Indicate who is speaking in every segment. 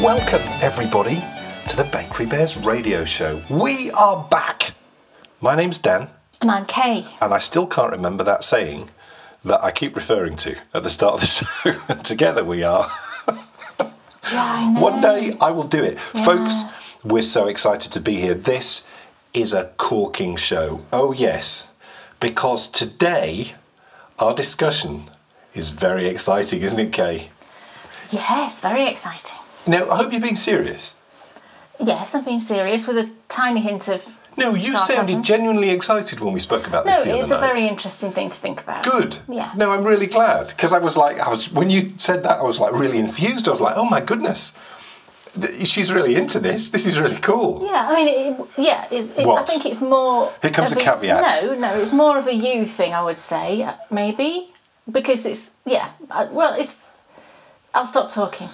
Speaker 1: Welcome, everybody, to the Bakery Bears radio show. We are back. My name's Dan,
Speaker 2: And I'm Kay.
Speaker 1: and I still can't remember that saying that I keep referring to at the start of the show. Together we are. One day I will do it. Folks, we're so excited to be here. This is a corking show. Oh, yes. Because today our discussion is very exciting, isn't it, Kay?
Speaker 2: Yes, very exciting.
Speaker 1: Now, I hope you're being serious.
Speaker 2: Yes, I'm being serious with a tiny hint of.
Speaker 1: No, you
Speaker 2: sarcasm.
Speaker 1: sounded genuinely excited when we spoke about
Speaker 2: No,
Speaker 1: this the
Speaker 2: it's
Speaker 1: other
Speaker 2: a
Speaker 1: night.
Speaker 2: very interesting thing to think about.
Speaker 1: Good.
Speaker 2: Yeah.
Speaker 1: No, I'm really glad because I was like, I was when you said that, I was like really enthused. I was like, oh my goodness, Th- she's really into this. This is really cool.
Speaker 2: Yeah, I mean, it, yeah. It's, it, I
Speaker 1: What?
Speaker 2: think it's more.
Speaker 1: Here comes
Speaker 2: of
Speaker 1: a caveat.
Speaker 2: No, no, it's more of a you thing, I would say, uh, maybe, because it's yeah. I, well, it's. I'll stop talking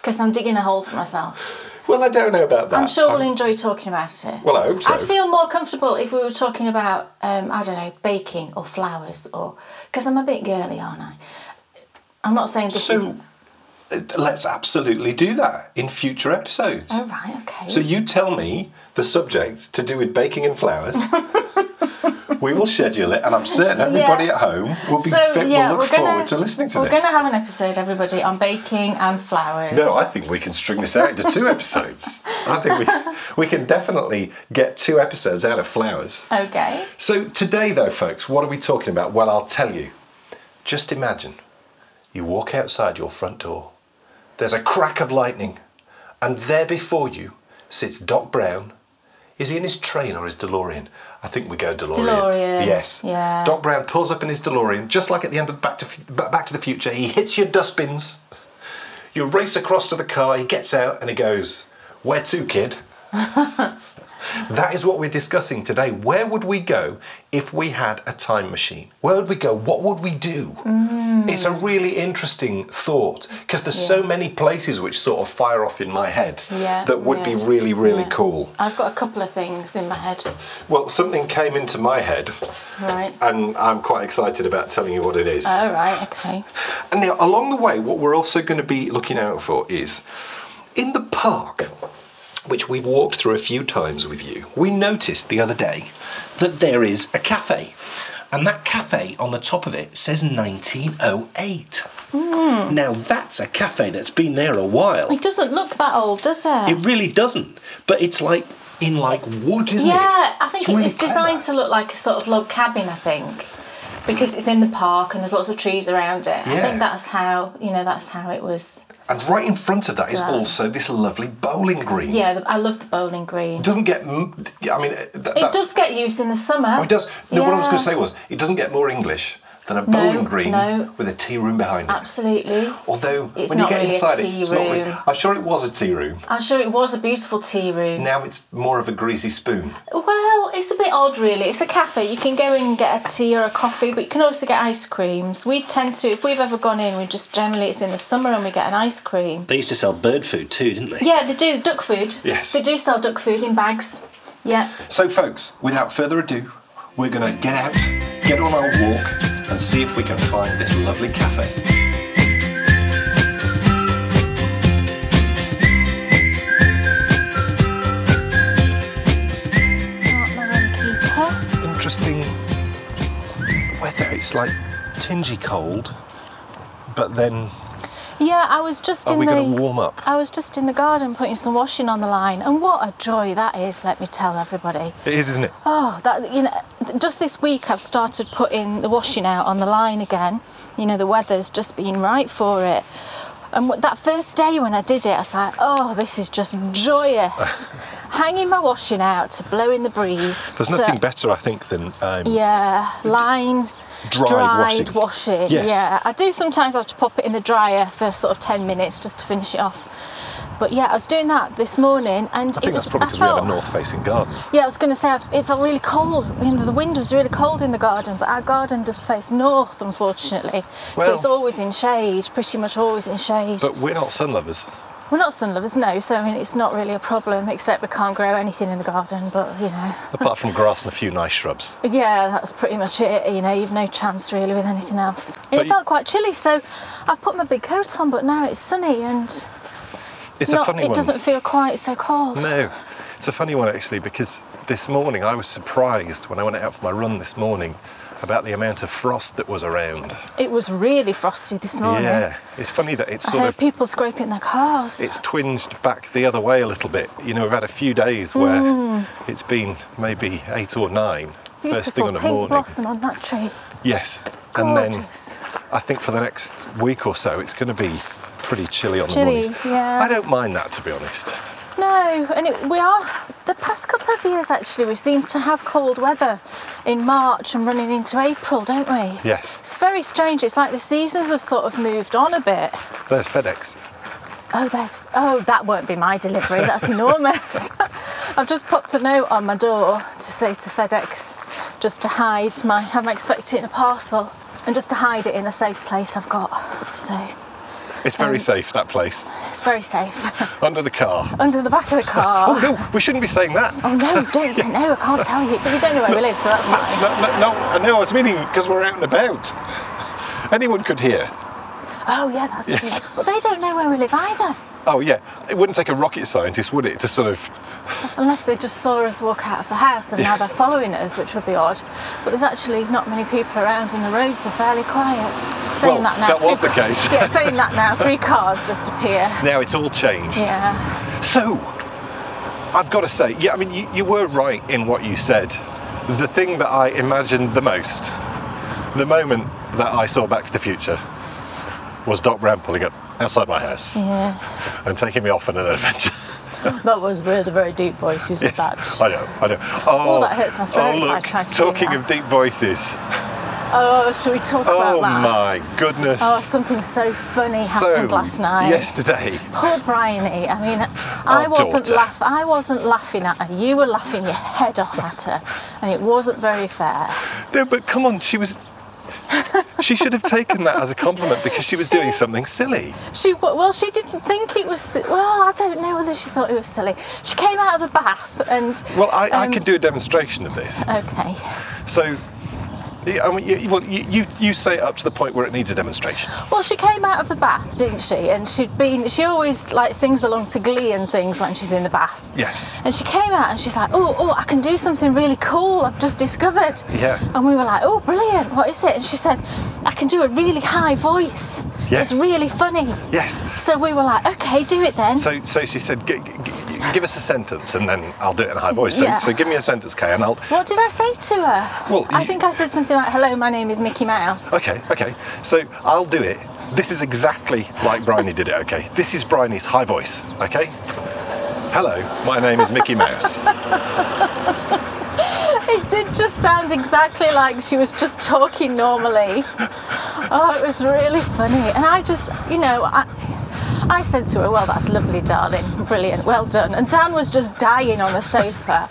Speaker 2: because I'm digging a hole for myself.
Speaker 1: Well, I don't know about that.
Speaker 2: I'm sure we'll enjoy talking about it.
Speaker 1: Uh, Well, I hope so.
Speaker 2: I'd feel more comfortable if we were talking about, um, I don't know, baking or flowers or. Because I'm a bit girly, aren't I? I'm not saying this is.
Speaker 1: so uh, let's absolutely do that in future episodes.
Speaker 2: Oh, right, okay.
Speaker 1: So you tell me the subject to do with baking and flowers. we will schedule it, and I'm certain everybody
Speaker 2: Yeah.
Speaker 1: at home will be
Speaker 2: So,
Speaker 1: fit, will look
Speaker 2: we're gonna-
Speaker 1: forward to listening to
Speaker 2: We're
Speaker 1: this.
Speaker 2: going to have an episode, everybody, on baking and flowers.
Speaker 1: No, I think we can string this out into two episodes. I think we we can definitely get two episodes out of flowers.
Speaker 2: Okay.
Speaker 1: So today though, folks, what are we talking about? Well, I'll tell you. Just imagine you walk outside your front door. There's a crack of lightning, and there before you sits Doc Brown. Is he in his train or his DeLorean? I think we go DeLorean.
Speaker 2: DeLorean,
Speaker 1: Yes.
Speaker 2: yeah.
Speaker 1: Doc Brown pulls up in his DeLorean, just like at the end of Back to Back to the Future. He hits your dustbins. You race across to the car, he gets out and he goes, Where to, kid? that is what we're discussing today. Where would we go if we had a time machine? Where would we go? What would we do?
Speaker 2: Mm.
Speaker 1: It's a really interesting thought because there's so many places which sort of fire off in my head
Speaker 2: Yeah.
Speaker 1: that would be
Speaker 2: yeah,
Speaker 1: really, really
Speaker 2: yeah.
Speaker 1: cool.
Speaker 2: I've got a couple of things in my head.
Speaker 1: Well, something came into my head
Speaker 2: Right.
Speaker 1: and I'm quite excited about telling you what it is.
Speaker 2: All right, okay.
Speaker 1: And now, along the way, what we're also going to be looking out for is in the park, which we've walked through a few times with you, we noticed the other day that there is a cafe. And that cafe on the top of it says 1908.
Speaker 2: Hmm.
Speaker 1: Now, that's a cafe that's been there a while.
Speaker 2: It doesn't look that old, does it?
Speaker 1: It really doesn't, but it's like in like wood, isn't it?
Speaker 2: Yeah, I think it's,
Speaker 1: really
Speaker 2: designed to
Speaker 1: clever.
Speaker 2: look like a sort of log cabin. I think because it's in the park and there's lots of trees around it. I
Speaker 1: Yeah.
Speaker 2: think that's how you know that's how it was.
Speaker 1: And right in front of that is
Speaker 2: Done.
Speaker 1: also this lovely bowling green.
Speaker 2: Yeah, the, I love the bowling green.
Speaker 1: It doesn't get. m- I mean, th-
Speaker 2: It
Speaker 1: that's-
Speaker 2: does get used in the summer.
Speaker 1: Oh, it does. No, what I was
Speaker 2: Yeah.
Speaker 1: going to say was, it doesn't get more English than a bowling green
Speaker 2: no.
Speaker 1: with a tea room behind it.
Speaker 2: Absolutely.
Speaker 1: Although,
Speaker 2: It's
Speaker 1: when you
Speaker 2: not
Speaker 1: get
Speaker 2: really a
Speaker 1: inside it,
Speaker 2: tea
Speaker 1: it's not really.
Speaker 2: room.
Speaker 1: I'm sure it was a tea room.
Speaker 2: I'm sure it was a beautiful tea room.
Speaker 1: Now it's more of a greasy spoon.
Speaker 2: Well, it's a bit odd, really. It's a cafe. You can go in and get a tea or a coffee, but you can also get ice creams. We tend to, if we've ever gone in, we just generally it's in the summer and we get an ice cream.
Speaker 3: They used to sell bird food too, didn't they?
Speaker 2: Yeah, they do duck food.
Speaker 1: Yes.
Speaker 2: They do sell duck food in bags. Yeah.
Speaker 1: So, folks, without further ado, we're going to get out, get on our walk, and see if we can find this lovely cafe.
Speaker 2: Smart Lion Keeper.
Speaker 1: Interesting weather. It's like tingy cold, but then
Speaker 2: Yeah, I was just
Speaker 1: are
Speaker 2: in
Speaker 1: we
Speaker 2: the
Speaker 1: going to warm up?
Speaker 2: I was just in the garden putting some washing on the line, and what a joy that is. Let me tell everybody.
Speaker 1: It is, isn't it?
Speaker 2: Oh, that you know, just this week I've started putting the washing out on the line again. You know, the weather's just been right for it. And wh- that first day when I did it, I was like, oh, this is just joyous. Hanging my washing out to blow in the breeze.
Speaker 1: There's
Speaker 2: So-
Speaker 1: nothing better, I think, than um,
Speaker 2: Yeah, line.
Speaker 1: Dried washing.
Speaker 2: washing,
Speaker 1: Yes.
Speaker 2: Yeah, I do sometimes have to pop it in the dryer for sort of ten minutes just to finish it off. But yeah, I was doing that this morning, and
Speaker 1: I think
Speaker 2: it was
Speaker 1: that's probably
Speaker 2: I
Speaker 1: because we have a
Speaker 2: felt-
Speaker 1: north-facing garden.
Speaker 2: Yeah, I was going to say I- it felt really cold. You know, the wind was really cold in the garden, but our garden does face north, unfortunately.
Speaker 1: Well-
Speaker 2: so it's always in shade, pretty much always in shade.
Speaker 1: But we're not sun lovers.
Speaker 2: We're not sun lovers, no. So I mean, it's not really a problem, except we can't grow anything in the garden. But you know,
Speaker 1: Apart from grass and a few nice shrubs.
Speaker 2: yeah, that's pretty much it. You know, you've no chance really with anything else. And
Speaker 1: But
Speaker 2: it
Speaker 1: you-
Speaker 2: felt quite chilly, so I've put my big coat on. But now it's sunny and
Speaker 1: It's
Speaker 2: not,
Speaker 1: a funny
Speaker 2: it
Speaker 1: one.
Speaker 2: doesn't feel quite so cold.
Speaker 1: No, it's a funny one actually because this morning I was surprised when I went out for my run this morning about the amount of frost that was around.
Speaker 2: It was really frosty this morning.
Speaker 1: Yeah, it's funny that it's
Speaker 2: Oh, I
Speaker 1: sort
Speaker 2: heard
Speaker 1: of
Speaker 2: people scraping their cars.
Speaker 1: it's twinged back the other way a little bit. You know, we've had a few days where
Speaker 2: Mm.
Speaker 1: it's been maybe eight or nine
Speaker 2: Beautiful
Speaker 1: first thing on the
Speaker 2: pink
Speaker 1: morning.
Speaker 2: blossom on that tree.
Speaker 1: Yes, and then
Speaker 2: Gorgeous.
Speaker 1: I think for the next week or so it's going to be pretty chilly on
Speaker 2: Chilly,
Speaker 1: the mornings.
Speaker 2: yeah.
Speaker 1: I don't mind that to be honest.
Speaker 2: No, and it, we are the past couple of years actually. We seem to have cold weather in March and running into April, don't we?
Speaker 1: Yes,
Speaker 2: It's very strange. It's like the seasons have sort of moved on a bit.
Speaker 1: there's FedEx.
Speaker 2: Oh, there's. Oh, that won't be my delivery. That's enormous. I've just popped a note on my door to say to FedEx, just to hide my. I'm expecting a parcel, and just to hide it in a safe place I've got. So
Speaker 1: It's very
Speaker 2: Um,
Speaker 1: safe that place
Speaker 2: it's very safe
Speaker 1: under the car.
Speaker 2: under the back of the car.
Speaker 1: No, we shouldn't be saying that.
Speaker 2: Oh no, don't, don't no, I can't tell you. But you don't know where we live, so that's fine.
Speaker 1: No, no, no, I know, I was meaning because we're out and about. Anyone could hear.
Speaker 2: Oh yeah, that's
Speaker 1: Yes.
Speaker 2: true. But they don't know where we live either.
Speaker 1: Oh, yeah. It wouldn't take a rocket scientist, would it, to sort of.
Speaker 2: Unless they just saw us walk out of the house and now they're following us, which would be odd. But there's actually not many people around and the roads are fairly quiet. Saying
Speaker 1: Well,
Speaker 2: that now,
Speaker 1: that
Speaker 2: two
Speaker 1: was the
Speaker 2: ca-
Speaker 1: case.
Speaker 2: yeah, saying that now, three cars just appear.
Speaker 1: Now it's all changed.
Speaker 2: Yeah.
Speaker 1: So, I've got to say, yeah, I mean, you, you were right in what you said. The thing that I imagined the most, the moment that I saw Back to the Future, was Doc Brown pulling up outside my house
Speaker 2: Yeah.
Speaker 1: and taking me off on an adventure.
Speaker 2: That was with a very deep voice using
Speaker 1: Yes, I know, I know. Oh,
Speaker 2: that hurts my throat
Speaker 1: Oh,
Speaker 2: if I
Speaker 1: look,
Speaker 2: try to do
Speaker 1: talking
Speaker 2: that.
Speaker 1: of deep voices.
Speaker 2: Oh, shall we talk
Speaker 1: Oh
Speaker 2: about that?
Speaker 1: my goodness.
Speaker 2: Oh, something so funny
Speaker 1: so
Speaker 2: happened last night.
Speaker 1: Yesterday.
Speaker 2: Poor Bryony. I mean, I wasn't
Speaker 1: daughter.
Speaker 2: laugh. I wasn't laughing at her. You were laughing your head off at her, and it wasn't very fair.
Speaker 1: No, but come on, she was. she should have taken that as a compliment because she was doing something silly.
Speaker 2: She w- well, she didn't think it was. si- Well, I don't know whether she thought it was silly. She came out of the bath and.
Speaker 1: Well, I, I
Speaker 2: um,
Speaker 1: can do a demonstration of this.
Speaker 2: Okay.
Speaker 1: So, yeah, I mean, you, well, you, you, you say it up to the point where it needs a demonstration.
Speaker 2: Well, she came out of the bath, didn't she? And she'd been. She always like sings along to Glee and things when she's in the bath.
Speaker 1: Yes.
Speaker 2: And she came out and she's like, oh, oh, I can do something really cool I've just discovered.
Speaker 1: Yeah.
Speaker 2: And we were like, oh, brilliant, what is it? And she said, I can do a really high voice.
Speaker 1: Yes.
Speaker 2: It's really funny.
Speaker 1: Yes.
Speaker 2: So we were like, okay, do it then.
Speaker 1: So, so she said, g- g- g- give us a sentence and then I'll do it in a high voice. So,
Speaker 2: Yeah.
Speaker 1: so give me a sentence, Kay, and I'll.
Speaker 2: what did I say to her?
Speaker 1: Well,
Speaker 2: I
Speaker 1: you-
Speaker 2: think I said something like, hello, my name is Mickey Mouse.
Speaker 1: Okay, okay. So I'll do it. This is exactly like Bryony did it, okay? This is Bryony's high voice, okay? Hello, my name is Mickey Mouse.
Speaker 2: It did just sound exactly like she was just talking normally. Oh, it was really funny. And I just, you know, I, I said to her, Well, that's lovely, darling. Brilliant. Well done. And Dan was just dying on the sofa,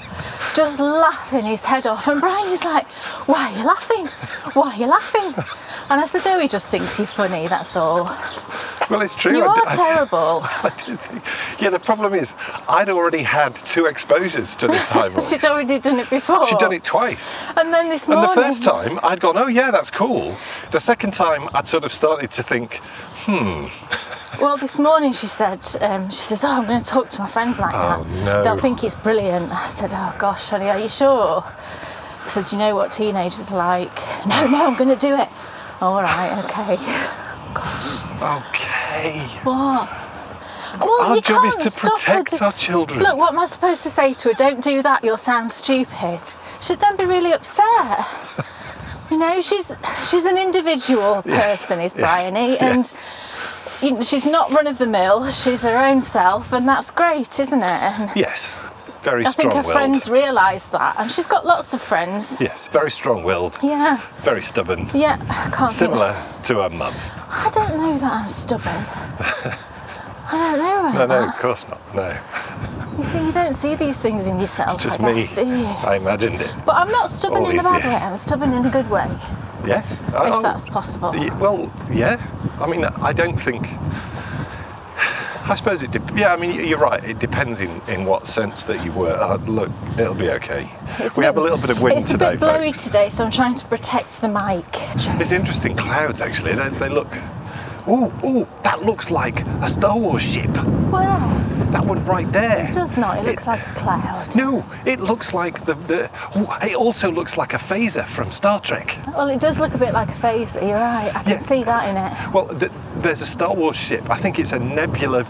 Speaker 2: just laughing his head off. And Brian is like, Why are you laughing? Why are you laughing? And I said, Oh, he just thinks you're funny, that's all.
Speaker 1: Well, it's true.
Speaker 2: You
Speaker 1: I
Speaker 2: are
Speaker 1: did- I did-
Speaker 2: terrible.
Speaker 1: I did think- yeah, the problem is, I'd already had two exposures to this high voice.
Speaker 2: She'd already done it before.
Speaker 1: She'd done it twice.
Speaker 2: And then this
Speaker 1: And
Speaker 2: morning.
Speaker 1: the first time, I'd gone, oh, yeah, that's cool. The second time, I'd sort of started to think,
Speaker 2: Well, this morning she said, um, she says, "Oh, I'm going to talk to my friends like
Speaker 1: Oh,
Speaker 2: that.
Speaker 1: no.
Speaker 2: They'll think it's brilliant." I said, "Oh gosh, honey, are you sure?" I said, "You know what teenagers are like? No, no, I'm going to do it. All right, okay.
Speaker 1: okay.
Speaker 2: What? Well,
Speaker 1: Our
Speaker 2: you
Speaker 1: job is
Speaker 2: can't
Speaker 1: to
Speaker 2: stop her
Speaker 1: protect
Speaker 2: do-
Speaker 1: our children.
Speaker 2: Look, what am I supposed to say to her? Don't do that. You'll sound stupid. She'd then be really upset. you know, she's she's an individual
Speaker 1: Yes,
Speaker 2: person, is
Speaker 1: yes,
Speaker 2: Bryony,
Speaker 1: yes.
Speaker 2: and you know, she's not run of the mill. She's her own self, and that's great, isn't it? And
Speaker 1: Yes, very
Speaker 2: I think
Speaker 1: strong
Speaker 2: her
Speaker 1: willed.
Speaker 2: friends realise that, and she's got lots of friends.
Speaker 1: Yes, very strong willed,
Speaker 2: Yeah,
Speaker 1: very stubborn.
Speaker 2: yeah. I can't think-
Speaker 1: Similar to her mum.
Speaker 2: I don't know that I'm stubborn. I don't know.
Speaker 1: No,
Speaker 2: about
Speaker 1: no,
Speaker 2: that.
Speaker 1: of course not. No,
Speaker 2: You see, you don't see these things in yourself,
Speaker 1: it's just
Speaker 2: I
Speaker 1: me.
Speaker 2: guess, do you?
Speaker 1: I imagined it.
Speaker 2: But I'm not stubborn in the
Speaker 1: Always,
Speaker 2: bad
Speaker 1: Oh, yes. Oh,
Speaker 2: way. I'm stubborn in a good way,
Speaker 1: Yes. If
Speaker 2: if that's possible.
Speaker 1: well, yeah. I mean, I don't think. I suppose it. De- yeah, I mean, you're right. It depends in, in what sense that you were. Uh, look, it'll be okay.
Speaker 2: It's
Speaker 1: we
Speaker 2: bit-
Speaker 1: have a little bit of wind
Speaker 2: It's
Speaker 1: today,
Speaker 2: a bit blowy
Speaker 1: folks.
Speaker 2: today, so I'm trying to protect the mic.
Speaker 1: There's interesting clouds actually. They, they look. Ooh, ooh, that looks like a Star Wars ship.
Speaker 2: Where?
Speaker 1: That one right there.
Speaker 2: It does not. It looks like a cloud.
Speaker 1: No, it looks like the. the ooh, it also looks like a phaser from Star Trek.
Speaker 2: Well, it does look a bit like a phase. You're right. I can
Speaker 1: Yeah.
Speaker 2: see that in it.
Speaker 1: Well, th- there's a Star Wars ship. I think it's a Nebula.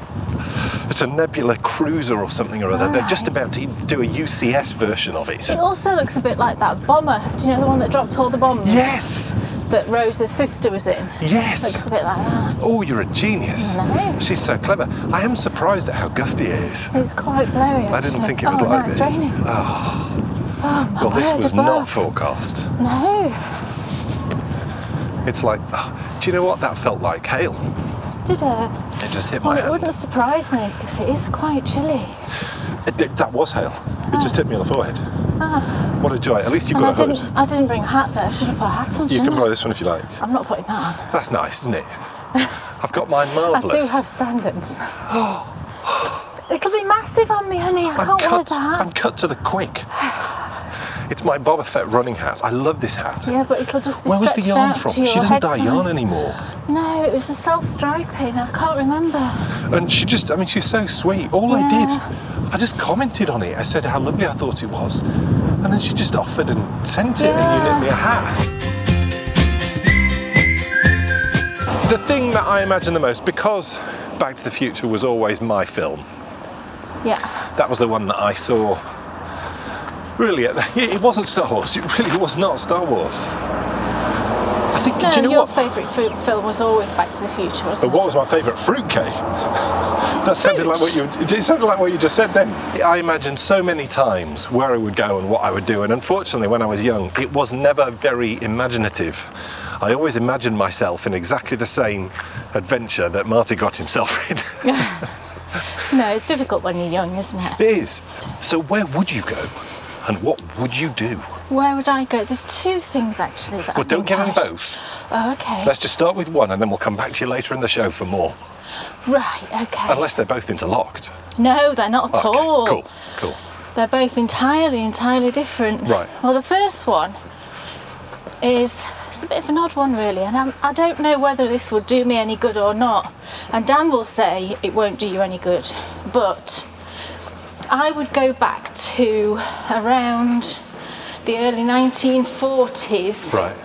Speaker 1: It's a Nebula cruiser or something or other. They're just
Speaker 2: Ah.
Speaker 1: about to do a UCS version of it.
Speaker 2: It also looks a bit like that bomber. Do you know the one that dropped all the bombs?
Speaker 1: Yes,
Speaker 2: That Rose's sister was in. Looks
Speaker 1: yes.
Speaker 2: a bit like that.
Speaker 1: Oh, you're a genius.
Speaker 2: No.
Speaker 1: She's so clever. I am surprised at how gusty it is.
Speaker 2: It's quite blurry.
Speaker 1: I didn't
Speaker 2: actually.
Speaker 1: think it was
Speaker 2: oh,
Speaker 1: like
Speaker 2: no,
Speaker 1: this.
Speaker 2: It's raining.
Speaker 1: Oh,
Speaker 2: Oh my
Speaker 1: well, this
Speaker 2: word
Speaker 1: was
Speaker 2: above.
Speaker 1: not forecast.
Speaker 2: No.
Speaker 1: It's like, oh, do you know what that felt like? Hail.
Speaker 2: Did it?
Speaker 1: It just hit my
Speaker 2: Well, Oh, it
Speaker 1: hand.
Speaker 2: wouldn't surprise me because it is quite chilly.
Speaker 1: It did- that was hail. It just hit me on the forehead. What a joy. At least you've
Speaker 2: Oh. Ah. and
Speaker 1: got
Speaker 2: I
Speaker 1: a
Speaker 2: didn't.
Speaker 1: hood.
Speaker 2: I didn't bring a hat there. I should have put a hat on.
Speaker 1: You
Speaker 2: shouldn't
Speaker 1: can
Speaker 2: I?
Speaker 1: borrow this one if you like.
Speaker 2: I'm not putting that on.
Speaker 1: That's nice, isn't it? I've got mine marvellous.
Speaker 2: I do have standards. It'll be massive on me, honey. I
Speaker 1: I'm
Speaker 2: can't wear
Speaker 1: cut,
Speaker 2: that.
Speaker 1: I'm cut to the quick. It's my Boba Fett running hat. I love this hat.
Speaker 2: Yeah, but it'll just be
Speaker 1: Where was
Speaker 2: stretched
Speaker 1: the yarn
Speaker 2: out
Speaker 1: from?
Speaker 2: to your
Speaker 1: She doesn't
Speaker 2: head
Speaker 1: dye yarn
Speaker 2: size.
Speaker 1: anymore.
Speaker 2: No, it was a self-striping. I can't remember.
Speaker 1: And she just, I mean, she's so sweet. All I did, I just commented on it. I said how lovely I thought it was. And then she just offered and sent it, and you
Speaker 2: Yeah.
Speaker 1: knit me a hat. The thing that I imagine the most, because Back to the Future was always my film,
Speaker 2: Yeah.
Speaker 1: that was the one that I saw. Really, at the- it it wasn't Star Wars. It really was not Star Wars. I think.
Speaker 2: No,
Speaker 1: do you know
Speaker 2: your
Speaker 1: what?
Speaker 2: favourite fi- film was always Back to the Future,
Speaker 1: But
Speaker 2: wasn't
Speaker 1: what was my favourite fruitcake? That sounded like what you it sounded like what you just said then. I imagined so many times where I would go and what I would do, and unfortunately when I was young, it was never very imaginative. I always imagined myself in exactly the same adventure that Marty got himself in.
Speaker 2: it? No, it's difficult when you're young, isn't it?
Speaker 1: it is. So where would you go? And what would you do?
Speaker 2: Where would I go? There's two things actually that I
Speaker 1: Well, don't
Speaker 2: think
Speaker 1: give
Speaker 2: I
Speaker 1: them
Speaker 2: should-
Speaker 1: both.
Speaker 2: Oh, okay.
Speaker 1: Let's just start with one and then we'll come back to you later in the show for more.
Speaker 2: Right, okay.
Speaker 1: Unless they're both interlocked.
Speaker 2: No, they're not at
Speaker 1: Okay,
Speaker 2: all.
Speaker 1: Cool, cool.
Speaker 2: They're both entirely, entirely different.
Speaker 1: Right.
Speaker 2: Well, the first one is it's a bit of an odd one, really, and I'm, I don't know whether this will do me any good or not. And Dan will say it won't do you any good, but I would go back to around the early 1940s.
Speaker 1: Right,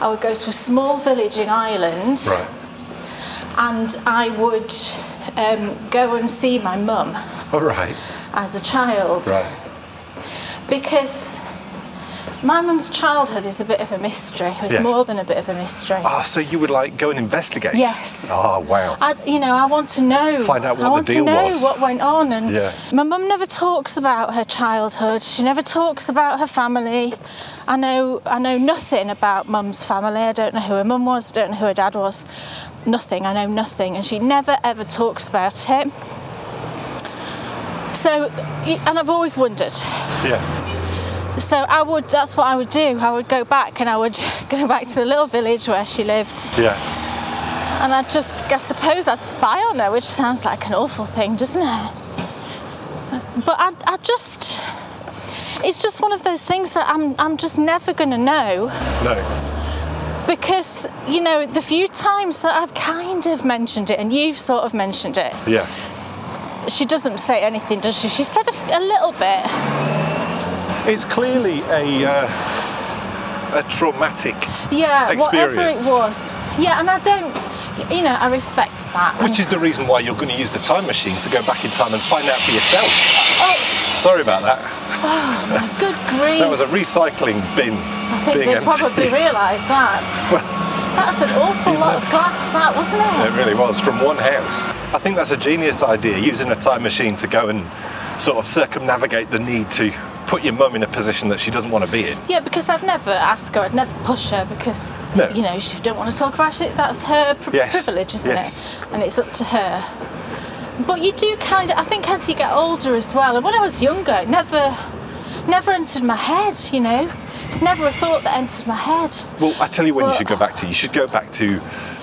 Speaker 2: I would go to a small village in Ireland
Speaker 1: right.
Speaker 2: and I would um, go and see my mum
Speaker 1: All right,
Speaker 2: as a child.
Speaker 1: right.
Speaker 2: because my mum's childhood is a bit of a mystery. It's
Speaker 1: Yes.
Speaker 2: more than a bit of a mystery.
Speaker 1: Ah, so you would like go and investigate?
Speaker 2: Yes.
Speaker 1: Ah, wow.
Speaker 2: I, you know, I want to know.
Speaker 1: Find out what
Speaker 2: I
Speaker 1: the
Speaker 2: want
Speaker 1: deal
Speaker 2: to know
Speaker 1: was.
Speaker 2: what went on, and
Speaker 1: Yeah.
Speaker 2: my mum never talks about her childhood. She never talks about her family. I know, I know nothing about mum's family. I don't know who her mum was. I don't know who her dad was. Nothing. I know nothing, and she never ever talks about it. So, y- and I've always wondered.
Speaker 1: Yeah.
Speaker 2: So I would. That's what I would do. I would go back, and I would go back to the little village where she lived.
Speaker 1: Yeah.
Speaker 2: And I'd just, I suppose I'd spy on her, which sounds like an awful thing, doesn't it? But I, I just, it's just one of those things that I'm, I'm just never going to know
Speaker 1: No.
Speaker 2: because, you know, the few times that I've kind of mentioned it and you've sort of mentioned it,
Speaker 1: Yeah.
Speaker 2: she doesn't say anything, does she? She said a, f- a little bit.
Speaker 1: It's clearly a uh, a traumatic,
Speaker 2: Yeah, whatever it
Speaker 1: Experience.
Speaker 2: was. Yeah, and I don't, you know, I respect that.
Speaker 1: which is the reason why you're going to use the time machine to go back in time and find out for yourself.
Speaker 2: Oh,
Speaker 1: Sorry about that.
Speaker 2: good grief.
Speaker 1: That was a recycling bin
Speaker 2: I think
Speaker 1: being
Speaker 2: they
Speaker 1: emptied.
Speaker 2: probably realised that. That's an awful lot of glass, that wasn't
Speaker 1: It
Speaker 2: it?
Speaker 1: really was from one house. I think that's a genius idea using a time machine to go and sort of circumnavigate the need to put your mum in a position that she doesn't want to be in.
Speaker 2: Yeah, because I'd never ask her, I'd never push her because
Speaker 1: No.
Speaker 2: you know she don't want to talk about it. That's her pr-
Speaker 1: Yes,
Speaker 2: privilege, isn't
Speaker 1: yes.
Speaker 2: it? And it's up to her. But you do kind of. I think as you get older as well, and when I was younger, it never, never entered my head. You know, it's never a thought that entered my head.
Speaker 1: Well, I tell you when you
Speaker 2: Well-
Speaker 1: should go back to. You should go back to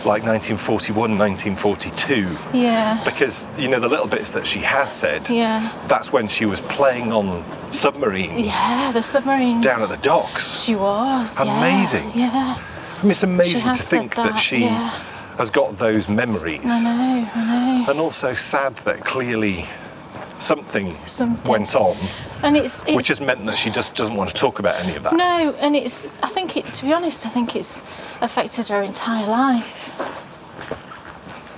Speaker 1: like 1941, 1942,
Speaker 2: Yeah.
Speaker 1: because you know the little bits that she has said.
Speaker 2: Yeah.
Speaker 1: That's when she was playing on submarines
Speaker 2: Yeah, the submarines.
Speaker 1: down at the docks.
Speaker 2: she was. yeah,
Speaker 1: Amazing.
Speaker 2: Yeah.
Speaker 1: I mean, it's amazing to
Speaker 2: has said
Speaker 1: think that,
Speaker 2: that,
Speaker 1: she
Speaker 2: yeah.
Speaker 1: has got those memories.
Speaker 2: I know, I know.
Speaker 1: And also sad that clearly something,
Speaker 2: Something.
Speaker 1: went on,
Speaker 2: And it's, it's
Speaker 1: which has meant that she just doesn't want to talk about any of that.
Speaker 2: no, and it's. I think it. To be honest, I think it's affected her entire life. I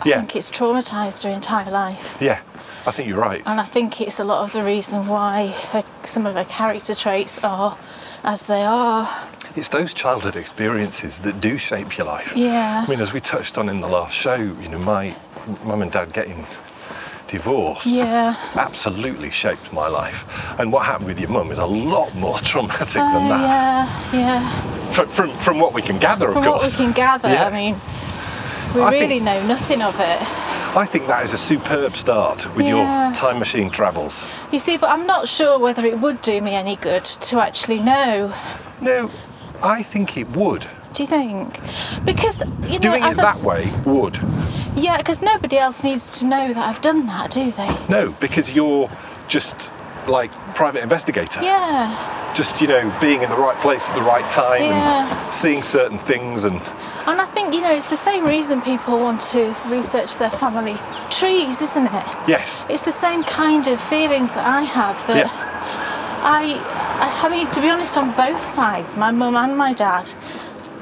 Speaker 1: yeah,
Speaker 2: think it's traumatized her entire life.
Speaker 1: yeah. I think you're right.
Speaker 2: And I think it's a lot of the reason why her, some of her character traits are as they are.
Speaker 1: It's those childhood experiences that do shape your life.
Speaker 2: Yeah.
Speaker 1: I mean, as we touched on in the last show, you know, my mum and dad getting divorced
Speaker 2: Yeah.
Speaker 1: absolutely shaped my life. And what happened with your mum is a lot more traumatic
Speaker 2: Oh,
Speaker 1: than that.
Speaker 2: yeah, yeah.
Speaker 1: From, from, from what we can gather, of
Speaker 2: From what we
Speaker 1: course.
Speaker 2: can gather,
Speaker 1: Yeah.
Speaker 2: I mean, we
Speaker 1: I think-
Speaker 2: really know nothing of it.
Speaker 1: I think that is a superb start with
Speaker 2: Yeah.
Speaker 1: your time machine travels.
Speaker 2: You see, but I'm not sure whether it would do me any good to actually know.
Speaker 1: No, I think it would.
Speaker 2: Do you think? Because you know,
Speaker 1: Doing it
Speaker 2: as I
Speaker 1: that
Speaker 2: s-
Speaker 1: way would.
Speaker 2: yeah, because nobody else needs to know that I've done that, do they?
Speaker 1: No, because you're just like private investigator.
Speaker 2: Yeah,
Speaker 1: just you know being in the right place at the right time
Speaker 2: Yeah.
Speaker 1: and seeing certain things and
Speaker 2: and I think you know it's the same reason people want to research their family trees, isn't it?
Speaker 1: yes
Speaker 2: It's the same kind of feelings that I have that
Speaker 1: Yeah.
Speaker 2: I, I, I mean, to be honest, on both sides, my mum and my dad,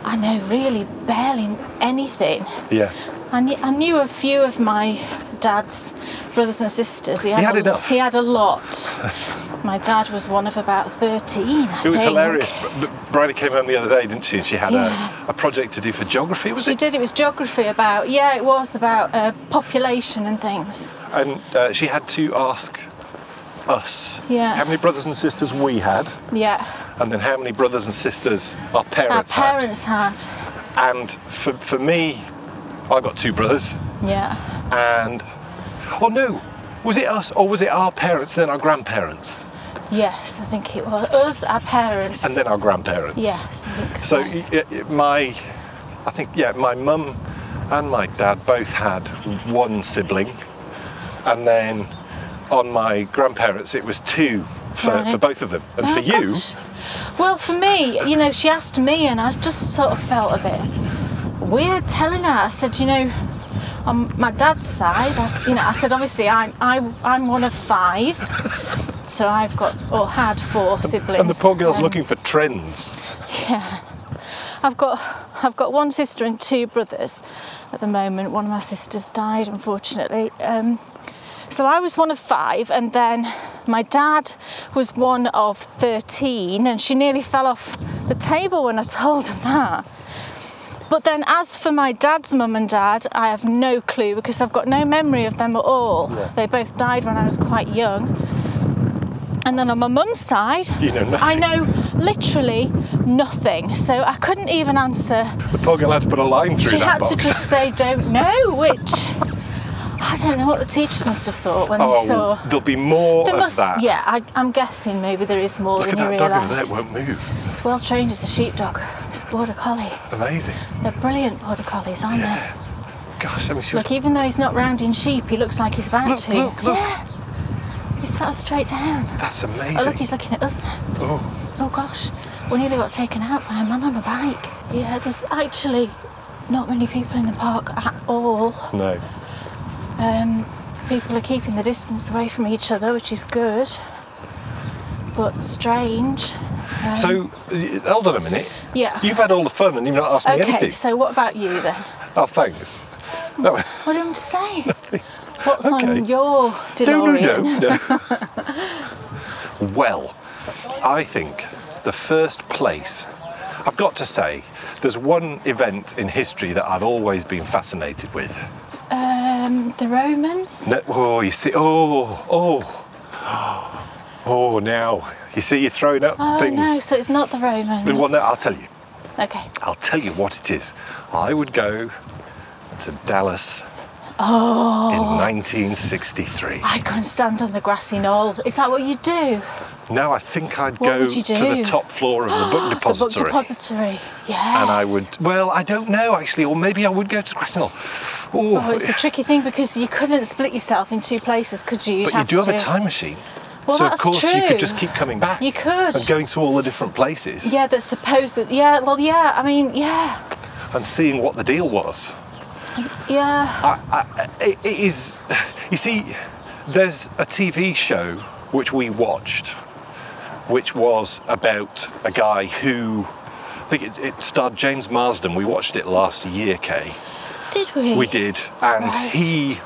Speaker 2: I know really barely anything.
Speaker 1: yeah
Speaker 2: I, knew, I knew a few of my dad's brothers and sisters. He
Speaker 1: had
Speaker 2: a,
Speaker 1: enough.
Speaker 2: He had a lot. my dad was one of about 13. I
Speaker 1: it was
Speaker 2: think.
Speaker 1: hilarious B- B- Bridie came home the other day didn't she and she had
Speaker 2: Yeah.
Speaker 1: a, a project to do for geography was
Speaker 2: She
Speaker 1: it
Speaker 2: did, it was geography about, yeah, it was about uh, population and things.
Speaker 1: and uh, she had to ask us
Speaker 2: Yeah.
Speaker 1: how many brothers and sisters we had
Speaker 2: Yeah,
Speaker 1: and then how many brothers and sisters our
Speaker 2: our
Speaker 1: parents,
Speaker 2: parents had.
Speaker 1: had and for, for me I got two brothers
Speaker 2: Yeah.
Speaker 1: and oh no was it us or was it our parents then our grandparents
Speaker 2: Yes, I think it was. Us, our parents.
Speaker 1: and then our grandparents
Speaker 2: Yes, I think
Speaker 1: So
Speaker 2: so.
Speaker 1: y- y- y- my, I think yeah, my mum and my dad both had one sibling, and then on my grandparents it was two for,
Speaker 2: Right.
Speaker 1: for both of them, and
Speaker 2: Oh,
Speaker 1: for you,
Speaker 2: gosh. Well, for me, you know, she asked me, and I just sort of felt a bit weird telling her. I said, you know, on my dad's side, I, s- you know, I said, obviously, I'm I, I'm one of five, so I've got or had four siblings.
Speaker 1: and the poor girl's
Speaker 2: Um,
Speaker 1: looking for trends.
Speaker 2: Yeah, I've got I've got one sister and two brothers. At the moment, one of my sisters died, unfortunately. Um, so I was one of five, and then my dad was one of thirteen, and she nearly fell off the table when I told her that. But then, as for my dad's mum and dad, I have no clue because I've got no memory of them at all. They both died when I was quite young. And then on my mum's side,
Speaker 1: You know
Speaker 2: I
Speaker 1: nothing.
Speaker 2: know literally nothing. So I couldn't even answer.
Speaker 1: The poor girl had to put a line through
Speaker 2: she
Speaker 1: that
Speaker 2: had
Speaker 1: box.
Speaker 2: to just say, don't know, which I don't know what the teachers must have thought when
Speaker 1: oh,
Speaker 2: they saw.
Speaker 1: there'll be more
Speaker 2: There
Speaker 1: of
Speaker 2: must,
Speaker 1: that.
Speaker 2: yeah, I, I'm guessing maybe there is more
Speaker 1: Look at
Speaker 2: than you
Speaker 1: that dog over there;
Speaker 2: realise.
Speaker 1: it won't move.
Speaker 2: It's well trained as a sheepdog. It's a border collie.
Speaker 1: Amazing.
Speaker 2: They're brilliant border collies, aren't they?
Speaker 1: Yeah. Gosh, I mean, she was.
Speaker 2: Look, even though he's not rounding sheep, he looks like he's about
Speaker 1: Look,
Speaker 2: to.
Speaker 1: look, look.
Speaker 2: Yeah. He's sat straight down.
Speaker 1: That's
Speaker 2: Oh, look,
Speaker 1: amazing.
Speaker 2: he's looking at us now.
Speaker 1: Oh,
Speaker 2: Oh, gosh. We nearly got taken out by a man on a bike. Yeah, there's actually not many people in the park at all.
Speaker 1: no.
Speaker 2: Um, people are keeping the distance away from each other, which is good, but strange. Um,
Speaker 1: So, y- hold on a minute.
Speaker 2: yeah.
Speaker 1: You've had all the fun and you've not asked me
Speaker 2: okay,
Speaker 1: anything.
Speaker 2: so what about you then?
Speaker 1: Oh, thanks. No,
Speaker 2: What do you want to say? What's
Speaker 1: Okay.
Speaker 2: on your
Speaker 1: no, no,
Speaker 2: DeLorean?
Speaker 1: no. no. well, I think the first place, I've got to say, there's one event in history that I've always been fascinated with.
Speaker 2: Um, the Romans?
Speaker 1: No, oh, you see, oh, oh, oh, now, you see, you're throwing up
Speaker 2: Oh
Speaker 1: things.
Speaker 2: no, so it's not the Romans.
Speaker 1: The one that I'll tell you.
Speaker 2: Okay.
Speaker 1: I'll tell you what it is. I would go to Dallas in 1963.
Speaker 2: I'd go and Oh, stand on the grassy knoll. Is that what you do?
Speaker 1: Now I think I'd
Speaker 2: What
Speaker 1: go
Speaker 2: would you
Speaker 1: to the
Speaker 2: do?
Speaker 1: top floor of the book
Speaker 2: The
Speaker 1: depository.
Speaker 2: book depository. Yes.
Speaker 1: And I would, well, I don't know actually, or maybe I would go to Grasnell. Oh,
Speaker 2: Oh, it's a tricky thing because you couldn't split yourself in two places, could you? You'd
Speaker 1: but you do have
Speaker 2: to-
Speaker 1: a time machine.
Speaker 2: Well,
Speaker 1: so
Speaker 2: that's
Speaker 1: of course you
Speaker 2: true.
Speaker 1: could just keep coming back.
Speaker 2: You could.
Speaker 1: And going to all the different places
Speaker 2: Yeah, that's supposed. Yeah, well, yeah. I mean, yeah.
Speaker 1: and seeing what the deal was.
Speaker 2: Yeah.
Speaker 1: I, I, it it is. You see, there's a TV show which we watched, which was about a guy who. I think it, it starred James Marsden. We watched it last year, Kay.
Speaker 2: Did we?
Speaker 1: We did, and
Speaker 2: Right.
Speaker 1: he.